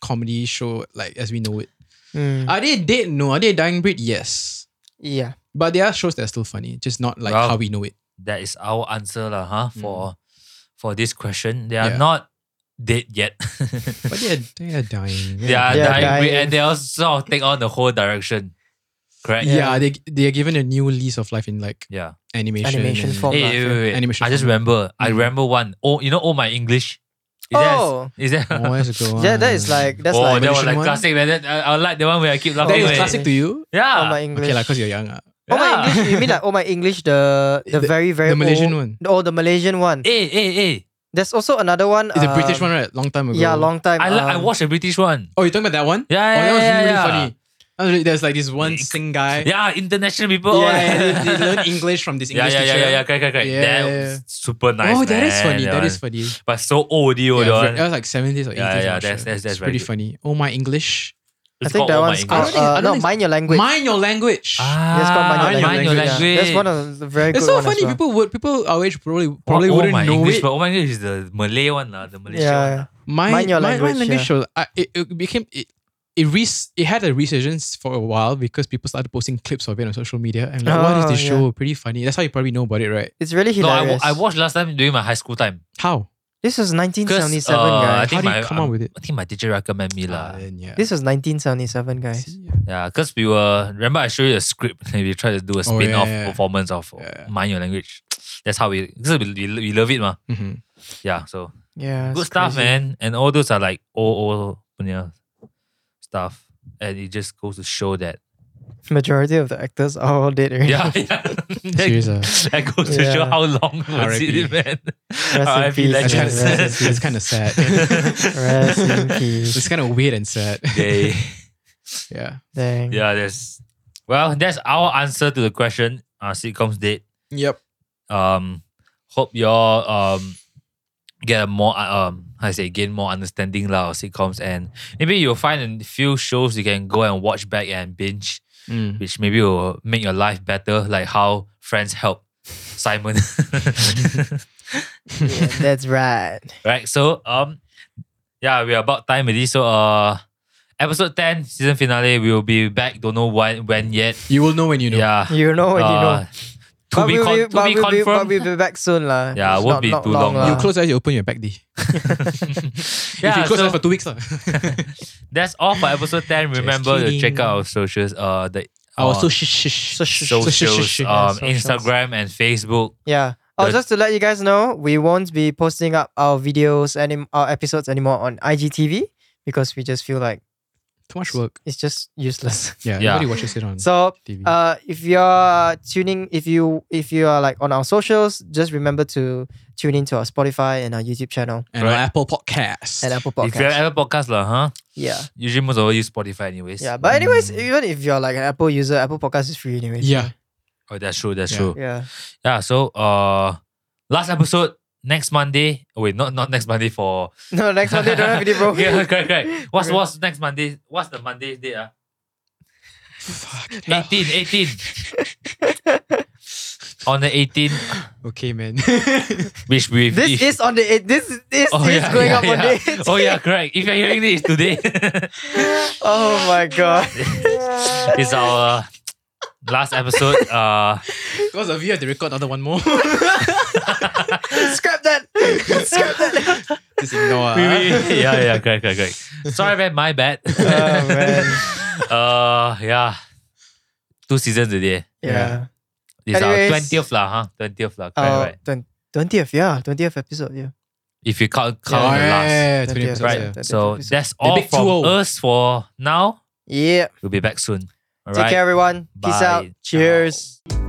comedy show like as we know it.
Mm.
Are they dead? No. Are they a dying breed? Yes.
yeah.
But there are shows that are still funny, just not like
Wow.
how we know it.
That is our answer, lah, huh? For for this question. They are
Yeah.
not dead yet.
But they are, they are dying.
they are
They are
dying,
dying.
and they also sort of take on the whole direction. Correct?
Yeah.
Yeah, they they are given a new lease of life in like
Yeah.
animation.
Animation
and-
form.
Hey,
laugh,
wait,
yeah.
wait, wait.
Animation
I just
form.
remember. I
Mm.
remember one. Oh, you know, oh my English. Is
Oh.
that, is that
Oh, that's a good one.
Yeah, that is like that's
oh, that was
like
Malaysian
like
one?
classic. Man. That, I, I like the one where I keep
that
laughing.
is
eh.
classic to you.
Yeah.
Oh my English.
Okay, like because you're young. ah.
Oh my
Yeah.
English, you mean like oh my English, the the,
The-
very very
the Malaysian
old,
one.
Oh, the Malaysian one.
Hey, hey, hey.
There's also another one.
It's a British
um,
one, right? Long time ago.
Yeah, long time.
I, li- I
um,
watched a British one.
Oh, you're talking about that one?
Yeah,
Oh,
yeah,
that was
yeah,
really
yeah.
funny. That was really- There's like this one
Yeah.
sing guy.
Yeah, international people. all-
Yeah, yeah, they, they learn English from this
yeah,
English
yeah, yeah,
teacher.
yeah, yeah, correct, correct, correct.
Yeah,
that
yeah,
was super nice.
oh, that is
man,
funny.
that
That
one.
is funny.
But so old, you yeah,
Yeah, that was like 70s or 80s.
Yeah, yeah,
I'm not
that's-
sure.
that's- that's
It's
very
pretty
good.
funny. Oh, my English.
I
Oh
think that one's called uh,
English. I don't think- I
no
don't
mind your language.
Mind your language.
Ah,
That's called mind your
Mind
language.
Your
yeah.
Language.
That's one of the very
it's
good
so
one as
funny.
well.
People would people our age probably probably
oh,
wouldn't
my
know
English,
it.
but oh my English is the Malay one, lah, the Malaysian
Yeah.
one.
my,
Mind your
my- my
language, yeah.
show. I, it, it became it. It, res- it had a resurgence for a while because people started posting clips of it on social media. And like, what
Oh,
is this
yeah.
show? Pretty funny. That's how you probably know about it, right?
It's really
No, I, wa-
hilarious.
I watched last time during my high school time.
How?
This was 1977,
uh, I
guys.
think
How do you
my-
come up
I'm-
with it?
I think my teacher recommend me
Ah,
lah.
then, yeah.
This was 1977, guys.
See,
Yeah, because we were remember I showed you a script and we tried to do a
Oh,
spin off
yeah, yeah.
performance of
Yeah.
Mind Your Language. That's how we because we, we, we love it ma.
yeah. Mhm.
Yeah, so
Yeah.
good
it's
stuff,
crazy.
man. And all those are like old old punya stuff, and it just goes to show that
majority of the actors are all dead already.
Yeah, yeah. that,
Serious, ah.
that goes to show
Yeah.
how long was
R.I.P..
it, man.
in
R.I.P.
peace, Yeah,
That's kind of
legends.
sad.
rest
It's, it's kind of sad.
Rest in peace.
it's kind of weird and sad.
Yay.
Yeah.
Dang.
Yeah, that's well, that's our answer to the question. Uh, sitcoms date.
Yep.
Um, hope y'all um get a more uh, um how I say gain more understanding lah of sitcoms and maybe you'll find a few shows you can go and watch back and binge, which maybe will make your life better, like how Friends help Simon.
Yeah, that's right.
right. So um, yeah, we're about time already. So uh, episode ten season finale. We will be back. Don't know when when yet.
You will know when you know.
Yeah.
Oh, You know when you know.
Uh, To be, con- to
but
be
we'll
confirmed.
But we'll be back soon, lah.
Yeah,
It's
won't
not-
be
not
too long lah.
You
lah.
close eyes, you open your back, D. if
yeah,
you close
so
eyes for two weeks, lah.
that's all for episode 10. Remember to check
kidding.
out our socials. Uh, the
Our
our
social shh,
So sh- sh-
socials,
sh- sh-
um,
yeah, socials.
Instagram and Facebook.
Yeah. Oh,
The-
just to let you guys know, we won't be posting up our videos and our episodes anymore on IGTV because we just feel like
Too much work.
it's just useless.
Yeah,
Yeah.
Nobody watches it on
So,
TV.
uh, if you're tuning, if you if you are like on our socials, just remember to tune into our Spotify and our YouTube channel
and on
right.
Apple Podcasts.
and Apple
If you're
Podcast.
Apple Podcast, lah, huh?
Yeah,
Usually most of us use Spotify, anyways.
yeah. But anyways,
Mm.
even if you're like an Apple user, Apple Podcast is free anyways.
yeah.
Oh, that's true. That's
Yeah.
true.
Yeah.
Yeah. So, uh, last episode next Monday. Oh, wait, not not next Monday for.
No, next Monday don't have video, bro.
yeah, correct, correct. What's
Okay.
what's next Monday? What's the Monday's date? Ah,
Fuck.
18, 18. On the 18th,
Okay, man.
which we
This is on the eight. This this
Oh,
is
yeah,
going
yeah,
up on
yeah.
the eight.
Oh yeah, correct. If you're hearing this it's today,
Oh my god.
it's our uh, last episode. Uh,
because of you, I have to record another one more.
Scrap that. Scrap that.
Just ignore.
we-
ah.
we- yeah, yeah, correct, correct, correct. Sorry, man, my bad.
Oh man.
uh, yeah, two seasons today.
Yeah.
It's our
Anyways.
twentieth lah, huh? Twentieth lah, correct,
Uh,
right?
twen- 20th, yeah. 20th episode, yeah.
If you count
Oh,
count
yeah,
the last,
yeah, yeah, 20
Right.
episodes,
right?
yeah.
that's
So
episode.
that's
The
all
big
from
oh.
2-0.
us for now.
Yeah.
We'll be back soon. All
Take
right.
care, everyone. Peace
Bye.
out. Cheers.
Ciao.